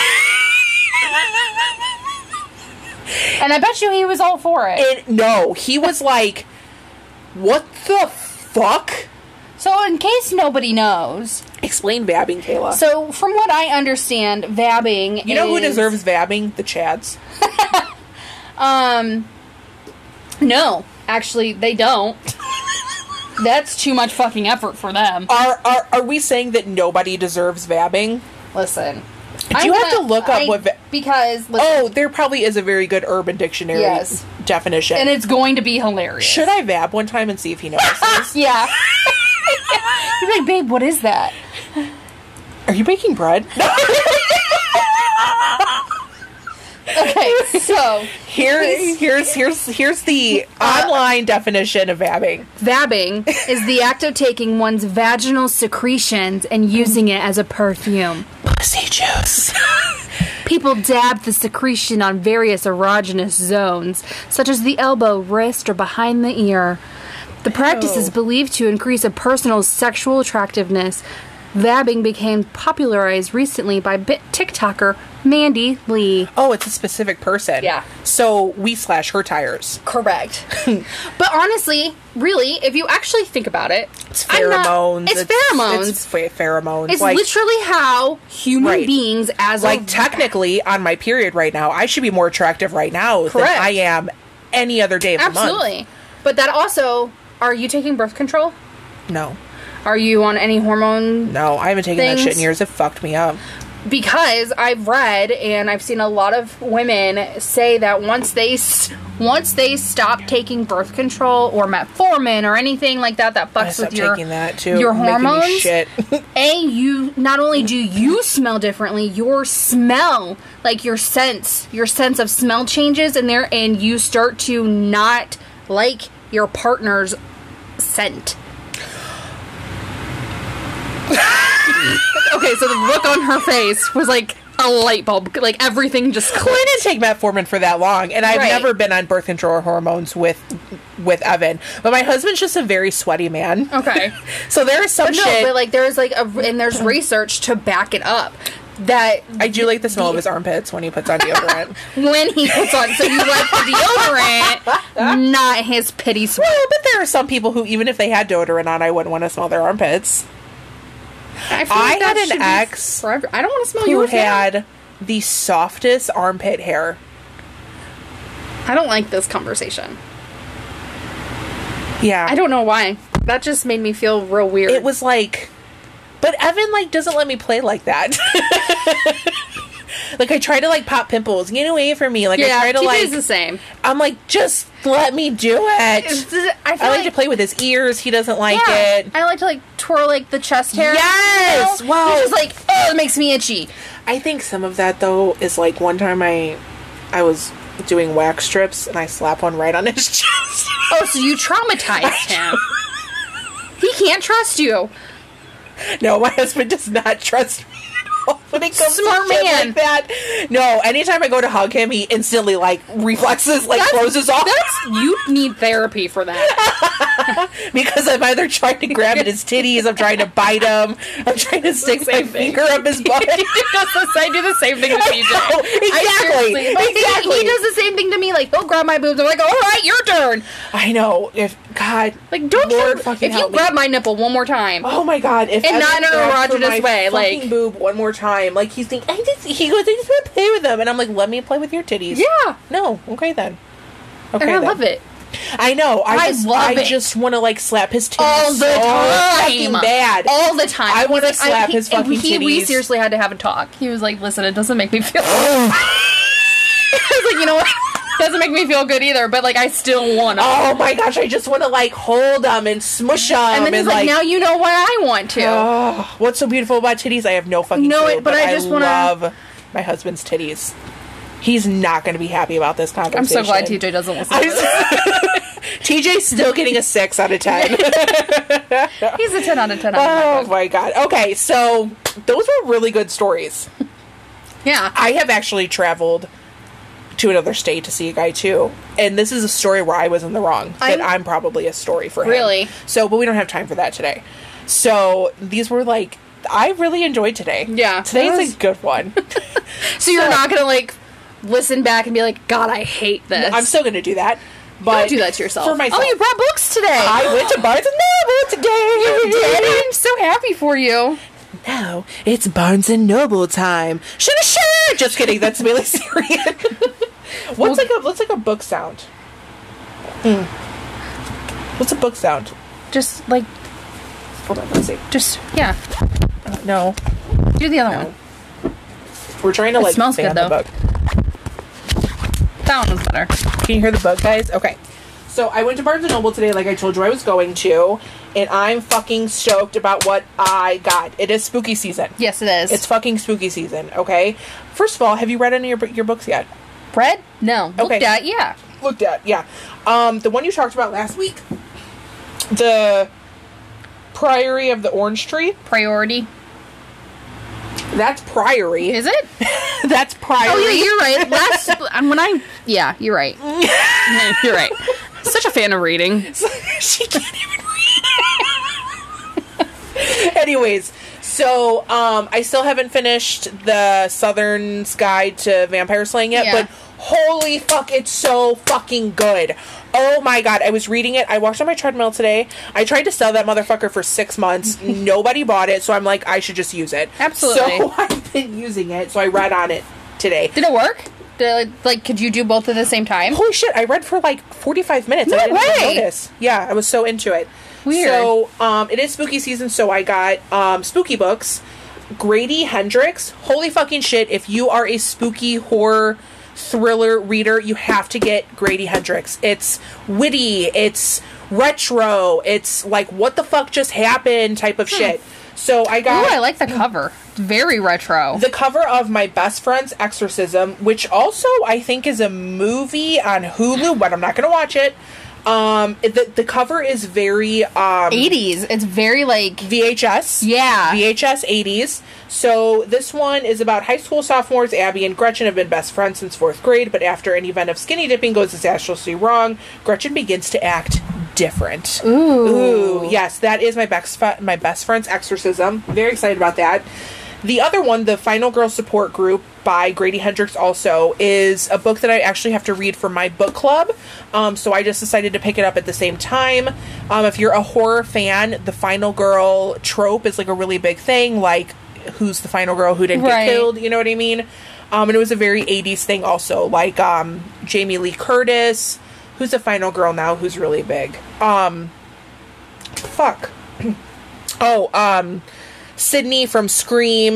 Speaker 2: And I bet you he was all for it.
Speaker 1: And no, he was like, "What the fuck?"
Speaker 2: So in case nobody knows,
Speaker 1: Explain vabbing, Kayla.
Speaker 2: so from what I understand, vabbing
Speaker 1: you know who
Speaker 2: is-
Speaker 1: deserves vabbing? The Chads.
Speaker 2: Um, no, actually, they don't. <laughs> That's too much fucking effort for them.
Speaker 1: Are are are we saying that nobody deserves vabbing?
Speaker 2: Listen, do
Speaker 1: you have to look up what va-
Speaker 2: because listen,
Speaker 1: Oh, there probably is a very good Urban Dictionary
Speaker 2: Yes.
Speaker 1: definition.
Speaker 2: and it's going to be hilarious.
Speaker 1: Should I vab one time and see if he <laughs> notices?
Speaker 2: Yeah. <laughs> He's like, babe, what
Speaker 1: <laughs>
Speaker 2: is that?
Speaker 1: Are you baking <laughs> bread?
Speaker 2: Okay, so
Speaker 1: Here, here's here's here's the online definition of vabbing.
Speaker 2: vabbing is the act of taking one's vaginal secretions and using it as a perfume.
Speaker 1: Pussy juice.
Speaker 2: People dab the secretion on various erogenous zones, such as the elbow, wrist, or behind the ear. The practice is
Speaker 1: Ew.
Speaker 2: believed to increase a person's sexual attractiveness, Vabbing became popularized recently by bit TikToker Mandy Lee.
Speaker 1: Oh, it's a specific person.
Speaker 6: Yeah.
Speaker 1: So we slash her tires.
Speaker 6: Correct.
Speaker 2: <laughs> But honestly, really, if you actually think about it,
Speaker 1: It's
Speaker 2: I'm not-
Speaker 1: pheromones.
Speaker 2: it's, pheromones.
Speaker 1: It's
Speaker 2: It's,
Speaker 1: phe- pheromones. like,
Speaker 2: literally how human
Speaker 1: Right.
Speaker 2: beings, as
Speaker 1: like
Speaker 2: a,
Speaker 1: technically on my period right now, I should be more attractive right now
Speaker 2: Correct.
Speaker 1: than I am any other day of
Speaker 2: absolutely. But that also, are you taking birth control?
Speaker 1: the month. No.
Speaker 2: Are you on any hormone
Speaker 1: No, I haven't taken that shit
Speaker 2: Things-
Speaker 1: in years. It fucked me up.
Speaker 2: because I've read and I've seen a lot of women say that once they s- once they stop taking birth control or metformin or anything like that that
Speaker 1: I
Speaker 2: fucks
Speaker 1: stopped
Speaker 2: with your
Speaker 1: taking that too.
Speaker 2: your
Speaker 1: Making me
Speaker 2: hormones. <laughs>
Speaker 1: shit.
Speaker 2: A you not only do you smell differently, your smell like your sense your sense of smell changes in there, and you start to not like your partner's scent. <laughs> okay, so the look on her face was like a light bulb. Like everything just
Speaker 1: Well,
Speaker 2: clicked.
Speaker 1: I didn't take metformin for that long, and I've
Speaker 2: Right.
Speaker 1: never been on birth control or hormones with with Evan. But my husband's just a very sweaty man.
Speaker 2: <laughs> Okay.
Speaker 1: So there is some
Speaker 2: Oh. But no,
Speaker 1: shit.
Speaker 2: but like there's like a and <laughs> there's research to back it up that
Speaker 1: I do like the smell of his armpits when he puts
Speaker 2: <laughs>
Speaker 1: on deodorant.
Speaker 2: when he puts on so you like the
Speaker 1: <laughs>
Speaker 2: deodorant, not his pity sweat.
Speaker 1: well, but there are some people who, even if they had deodorant on, I wouldn't want to smell their armpits.
Speaker 2: I, feel
Speaker 1: I
Speaker 2: like that
Speaker 1: had an
Speaker 2: should be
Speaker 1: ex
Speaker 2: Forever. I don't want to smell
Speaker 1: Who
Speaker 2: yours. now.
Speaker 1: had the softest armpit hair?
Speaker 2: I don't like this conversation.
Speaker 1: Yeah,
Speaker 2: I don't know why. That just made me feel real weird.
Speaker 1: It was like, but Evan like doesn't let me play like that. <laughs> like I try to like pop pimples, get away from me. Like
Speaker 2: yeah.
Speaker 1: I try to
Speaker 2: TJ
Speaker 1: like
Speaker 2: is the same.
Speaker 1: I'm like, just let me do
Speaker 2: It's
Speaker 1: it.
Speaker 2: the- I, feel
Speaker 1: I like to play with his ears. He doesn't like
Speaker 2: yeah,
Speaker 1: it.
Speaker 2: I like to like twirl like the chest hair.
Speaker 1: Yes!
Speaker 2: You know?
Speaker 1: Wow.
Speaker 2: It's just like oh, it makes me itchy.
Speaker 1: I think some of that though is like one time I, I was doing wax strips and I slapped one right on his <laughs> chest.
Speaker 2: Oh, so you
Speaker 1: <laughs>
Speaker 2: traumatized him. he can't trust you.
Speaker 1: no, my husband does not trust me. at all When it comes
Speaker 2: Smart
Speaker 1: to shit
Speaker 2: man.
Speaker 1: like that, no. Anytime I go to hug him, he instantly like reflexes, like closes off
Speaker 2: That's you need therapy for that.
Speaker 1: because I'm either trying to grab at his titties, I'm trying to bite him, I'm trying to stick my
Speaker 2: same thing.
Speaker 1: finger up
Speaker 2: <laughs>
Speaker 1: his butt.
Speaker 2: I do the same thing with
Speaker 1: No, <laughs> exactly,
Speaker 2: Seriously, like, he-
Speaker 1: exactly.
Speaker 2: He, does the same thing to me. Like he'll grab my boobs. I'm like, all right, your turn.
Speaker 1: I know. If God,
Speaker 2: Like don't
Speaker 1: Lord
Speaker 2: you,
Speaker 1: fucking
Speaker 2: if you
Speaker 1: help me.
Speaker 2: grab my nipple one more time.
Speaker 1: Oh my God! If
Speaker 2: And
Speaker 1: Evan
Speaker 2: not in a
Speaker 1: grabs for
Speaker 2: erogenous
Speaker 1: my
Speaker 2: way,
Speaker 1: fucking
Speaker 2: like-
Speaker 1: boob one more time, like he's thinking. I just he goes, I just want to play with them, and I'm like, let me play with your titties.
Speaker 2: Yeah,
Speaker 1: No. Okay then. Okay.
Speaker 2: and I
Speaker 1: then.
Speaker 2: love it.
Speaker 1: I know. I,
Speaker 2: I
Speaker 1: just,
Speaker 2: love
Speaker 1: I
Speaker 2: it.
Speaker 1: just want to like slap his titties
Speaker 2: All the
Speaker 1: so
Speaker 2: time,
Speaker 1: fucking bad.
Speaker 2: all the time.
Speaker 1: I wanna
Speaker 2: He's like,
Speaker 1: slap
Speaker 2: he-
Speaker 1: his fucking
Speaker 2: he, We
Speaker 1: titties.
Speaker 2: seriously had to have a talk. He was like, "Listen, it doesn't make me <laughs> feel." I was like, you <laughs> know what? Doesn't make me feel good either. But like, I still want to.
Speaker 1: oh my gosh! I just want to like hold them and smush them,
Speaker 2: and then he's like, "Now you know why I want to."
Speaker 1: Oh, what's so beautiful about titties? I have no fucking
Speaker 2: No,
Speaker 1: clue.
Speaker 2: it- but I just wanna-
Speaker 1: love my husband's titties. He's not going to be happy about this conversation.
Speaker 2: I'm so glad
Speaker 1: <laughs>
Speaker 2: TJ doesn't listen. to this.
Speaker 1: I'm- TJ's still getting a six out of
Speaker 2: <laughs>
Speaker 1: ten. <laughs>
Speaker 2: He's a ten out of ten.
Speaker 1: oh my god. Okay, so those were really good stories.
Speaker 2: Yeah.
Speaker 1: I have actually traveled to another state to see a guy too, and this is a story where I was in the wrong. That
Speaker 2: I'm-
Speaker 1: I'm probably a story for him.
Speaker 2: Really?
Speaker 1: So, but we don't have time for that today. So these were like I really enjoyed today.
Speaker 2: Yeah.
Speaker 1: today's
Speaker 2: That was-
Speaker 1: a good
Speaker 2: <laughs>
Speaker 1: one.
Speaker 2: So you're not gonna like listen back and be like, God, I hate this.
Speaker 1: I'm still gonna do that. But
Speaker 2: Don't do that to yourself.
Speaker 1: For myself.
Speaker 2: Oh, you brought books today.
Speaker 1: I went to Barnes and Noble today.
Speaker 2: I'm so happy for you.
Speaker 1: Now it's Barnes and Noble time. Shoulda, shoulda. Just kidding. That's really <laughs> serious. what's like a what's like a book sound? Hmm. What's a book sound?
Speaker 2: Just like,
Speaker 1: Hold on, let's see.
Speaker 2: just yeah.
Speaker 1: uh, No,
Speaker 2: Do the other one.
Speaker 1: we're trying to like
Speaker 2: smells
Speaker 1: fan
Speaker 2: good,
Speaker 1: the
Speaker 2: though.
Speaker 1: book.
Speaker 2: That one was better.
Speaker 1: Can you hear the bug, guys? Okay. So I went to Barnes and Noble today, like I told you I was going to, and I'm fucking stoked about what I got. It is spooky season.
Speaker 2: Yes, it is.
Speaker 1: It's fucking spooky season. Okay. First of all, have you read any of your, your books yet?
Speaker 2: bread. No.
Speaker 1: Okay.
Speaker 2: Looked at. Yeah.
Speaker 1: Looked at. Yeah. Um, the one you talked about last week, the Priory of the Orange Tree.
Speaker 2: Priority.
Speaker 1: That's Priory.
Speaker 2: Is it?
Speaker 1: <laughs> That's Priory.
Speaker 2: Oh yeah, you're right. Last and when I yeah,
Speaker 1: <laughs>
Speaker 2: you're right. No, you're right. Such a fan of <laughs> reading. <laughs>
Speaker 1: she can't even read. Anyways, So um, I still haven't finished the Southern's Guide to Vampire Slaying yet,
Speaker 2: Yeah.
Speaker 1: but holy fuck, it's so fucking good. Oh my god, I was reading it. I walked on my treadmill today. I tried to sell that motherfucker for six
Speaker 2: <laughs>
Speaker 1: months. Nobody bought it, so I'm like, I should just use it.
Speaker 2: Absolutely.
Speaker 1: So <laughs> I've been using it. So I read on it today.
Speaker 2: Did it work? Did, like, could you do both at the same time?
Speaker 1: Holy shit! I read for like forty-five minutes.
Speaker 2: No
Speaker 1: I didn't even
Speaker 2: way!
Speaker 1: Notice. Yeah, I was so into it.
Speaker 2: Weird.
Speaker 1: So, um, it is spooky season, so I got um spooky books. Grady Hendrix. Holy fucking shit! If you are a spooky horror thriller reader, you have to get Grady Hendrix. It's witty. It's retro. It's like what the fuck just happened type of shit. So I
Speaker 2: Hmm. Ooh,
Speaker 1: got.
Speaker 2: I like the cover. It's very retro.
Speaker 1: The cover of My Best Friend's Exorcism, which also I think is a movie on Hulu, but I'm not going to watch it. Um, it- the, the cover is very um,
Speaker 2: 80s. It's very like
Speaker 1: VHS.
Speaker 2: yeah.
Speaker 1: VHS 80s. So this one is about high school sophomores. Abby and Gretchen have been best friends since fourth grade, but after an event of skinny dipping goes disastrously wrong, Gretchen begins to act different. Ooh. yes, that is my best fe- my best friend's exorcism. Very excited about that. The other one, the Final Girl Support Group by Grady Hendrix, also is a book that I actually have to read for my book club. Um, so I just decided to pick it up at the same time. Um, if you're a horror fan, the Final Girl trope is like a really big thing. Like, who's the final girl who didn't
Speaker 2: Right.
Speaker 1: get killed? You know what I mean? Um, and it was a very 80s thing, also. Like, um, Jamie Lee Curtis. Who's the final girl now who's really big? Um, fuck. Oh, um, Sydney from Scream,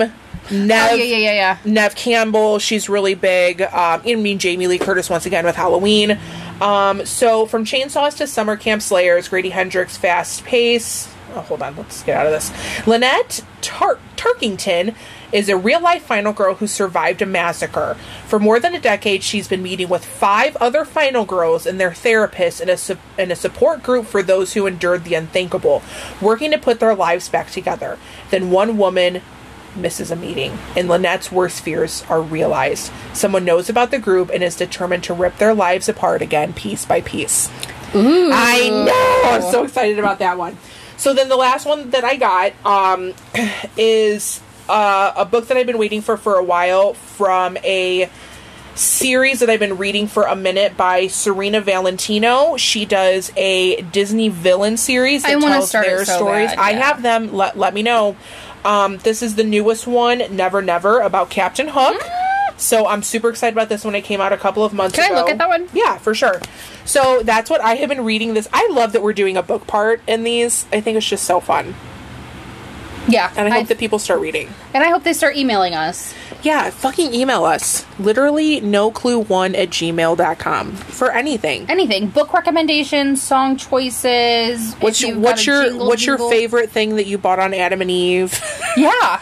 Speaker 1: Nev,
Speaker 2: Oh, yeah, yeah, yeah, yeah.
Speaker 1: Nev Campbell. She's really big. Um, you know, I mean Jamie Lee Curtis once again with Halloween. Um, so from chainsaws to summer camp slayers, Grady Hendrix, fast pace. Oh, hold on, let's get out of this. Lynette Tar- Turkington is a real life final girl who survived a massacre. For more than a decade, she's been meeting with five other final girls and their therapists in a su- in a support group for those who endured the unthinkable, working to put their lives back together. Then one woman misses a meeting, and Lynette's worst fears are realized. Someone knows about the group and is determined to rip their lives apart again, piece by piece. I know. I'm so excited about that one. So then the last one that I got um, <clears throat> is uh, a book that I've been waiting for for a while from a series that I've been reading for a minute by Serena Valentino. She does a Disney villain series that
Speaker 2: I wanna
Speaker 1: tells
Speaker 2: start it
Speaker 1: their
Speaker 2: so
Speaker 1: stories.
Speaker 2: bad,
Speaker 1: I
Speaker 2: yeah.
Speaker 1: have them. Let let me know. Um, this is the newest one, Never Never, about Captain Hook. So I'm super excited about this one. It came out a couple of months
Speaker 2: Can I
Speaker 1: ago.
Speaker 2: look at that one?
Speaker 1: Yeah, for sure. So that's what I have been reading this. I love that we're doing a book part in these. I think it's just so fun.
Speaker 2: Yeah.
Speaker 1: And I hope that people start reading.
Speaker 2: and I hope they start emailing us.
Speaker 1: Yeah, fucking email us. Literally no clue one at gmail.com for anything.
Speaker 2: Anything. Book recommendations, song choices.
Speaker 1: What's
Speaker 2: if
Speaker 1: your
Speaker 2: you've
Speaker 1: what's
Speaker 2: got a
Speaker 1: your
Speaker 2: jingle
Speaker 1: what's your
Speaker 2: jingle.
Speaker 1: favorite thing that you bought on Adam and Eve?
Speaker 2: <laughs> Yeah.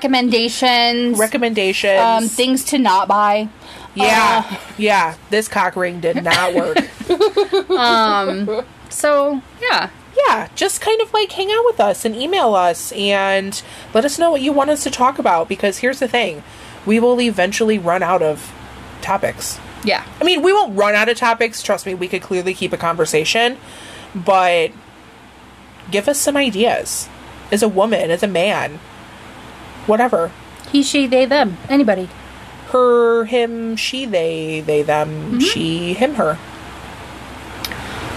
Speaker 2: recommendations.
Speaker 1: Recommendations.
Speaker 2: um, things to not buy.
Speaker 1: yeah. yeah. This cock ring did not work.
Speaker 2: Um,
Speaker 1: <laughs>
Speaker 2: So yeah.
Speaker 1: yeah, just kind of like hang out with us and email us and let us know what you want us to talk about because here's the thing we will eventually run out of topics.
Speaker 2: Yeah.
Speaker 1: I mean, we won't run out of topics. Trust me, we could clearly keep a conversation, but give us some ideas as a woman, as a man, whatever.
Speaker 2: He, she, they, them. Anybody.
Speaker 1: Her, him, she, they, they, them, she, him, her.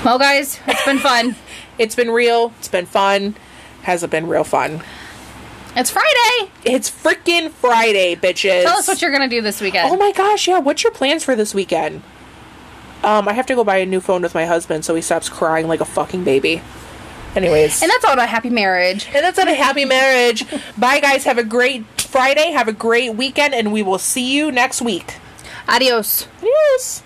Speaker 2: Well, guys, it's
Speaker 1: <laughs>
Speaker 2: been fun.
Speaker 1: It's been real. It's been fun. Has it been real fun?
Speaker 2: it's Friday.
Speaker 1: It's freaking Friday, bitches.
Speaker 2: Tell us what you're gonna do this weekend.
Speaker 1: Oh my gosh, yeah. What's your plans for this weekend? Um, I have to go buy a new phone with my husband so he stops crying like a fucking baby. Anyways.
Speaker 2: and that's all about happy marriage.
Speaker 1: and that's not a happy marriage. Bye, guys. Have a great Friday. Have a great weekend, and we will see you next week.
Speaker 2: Adios.
Speaker 1: Adios.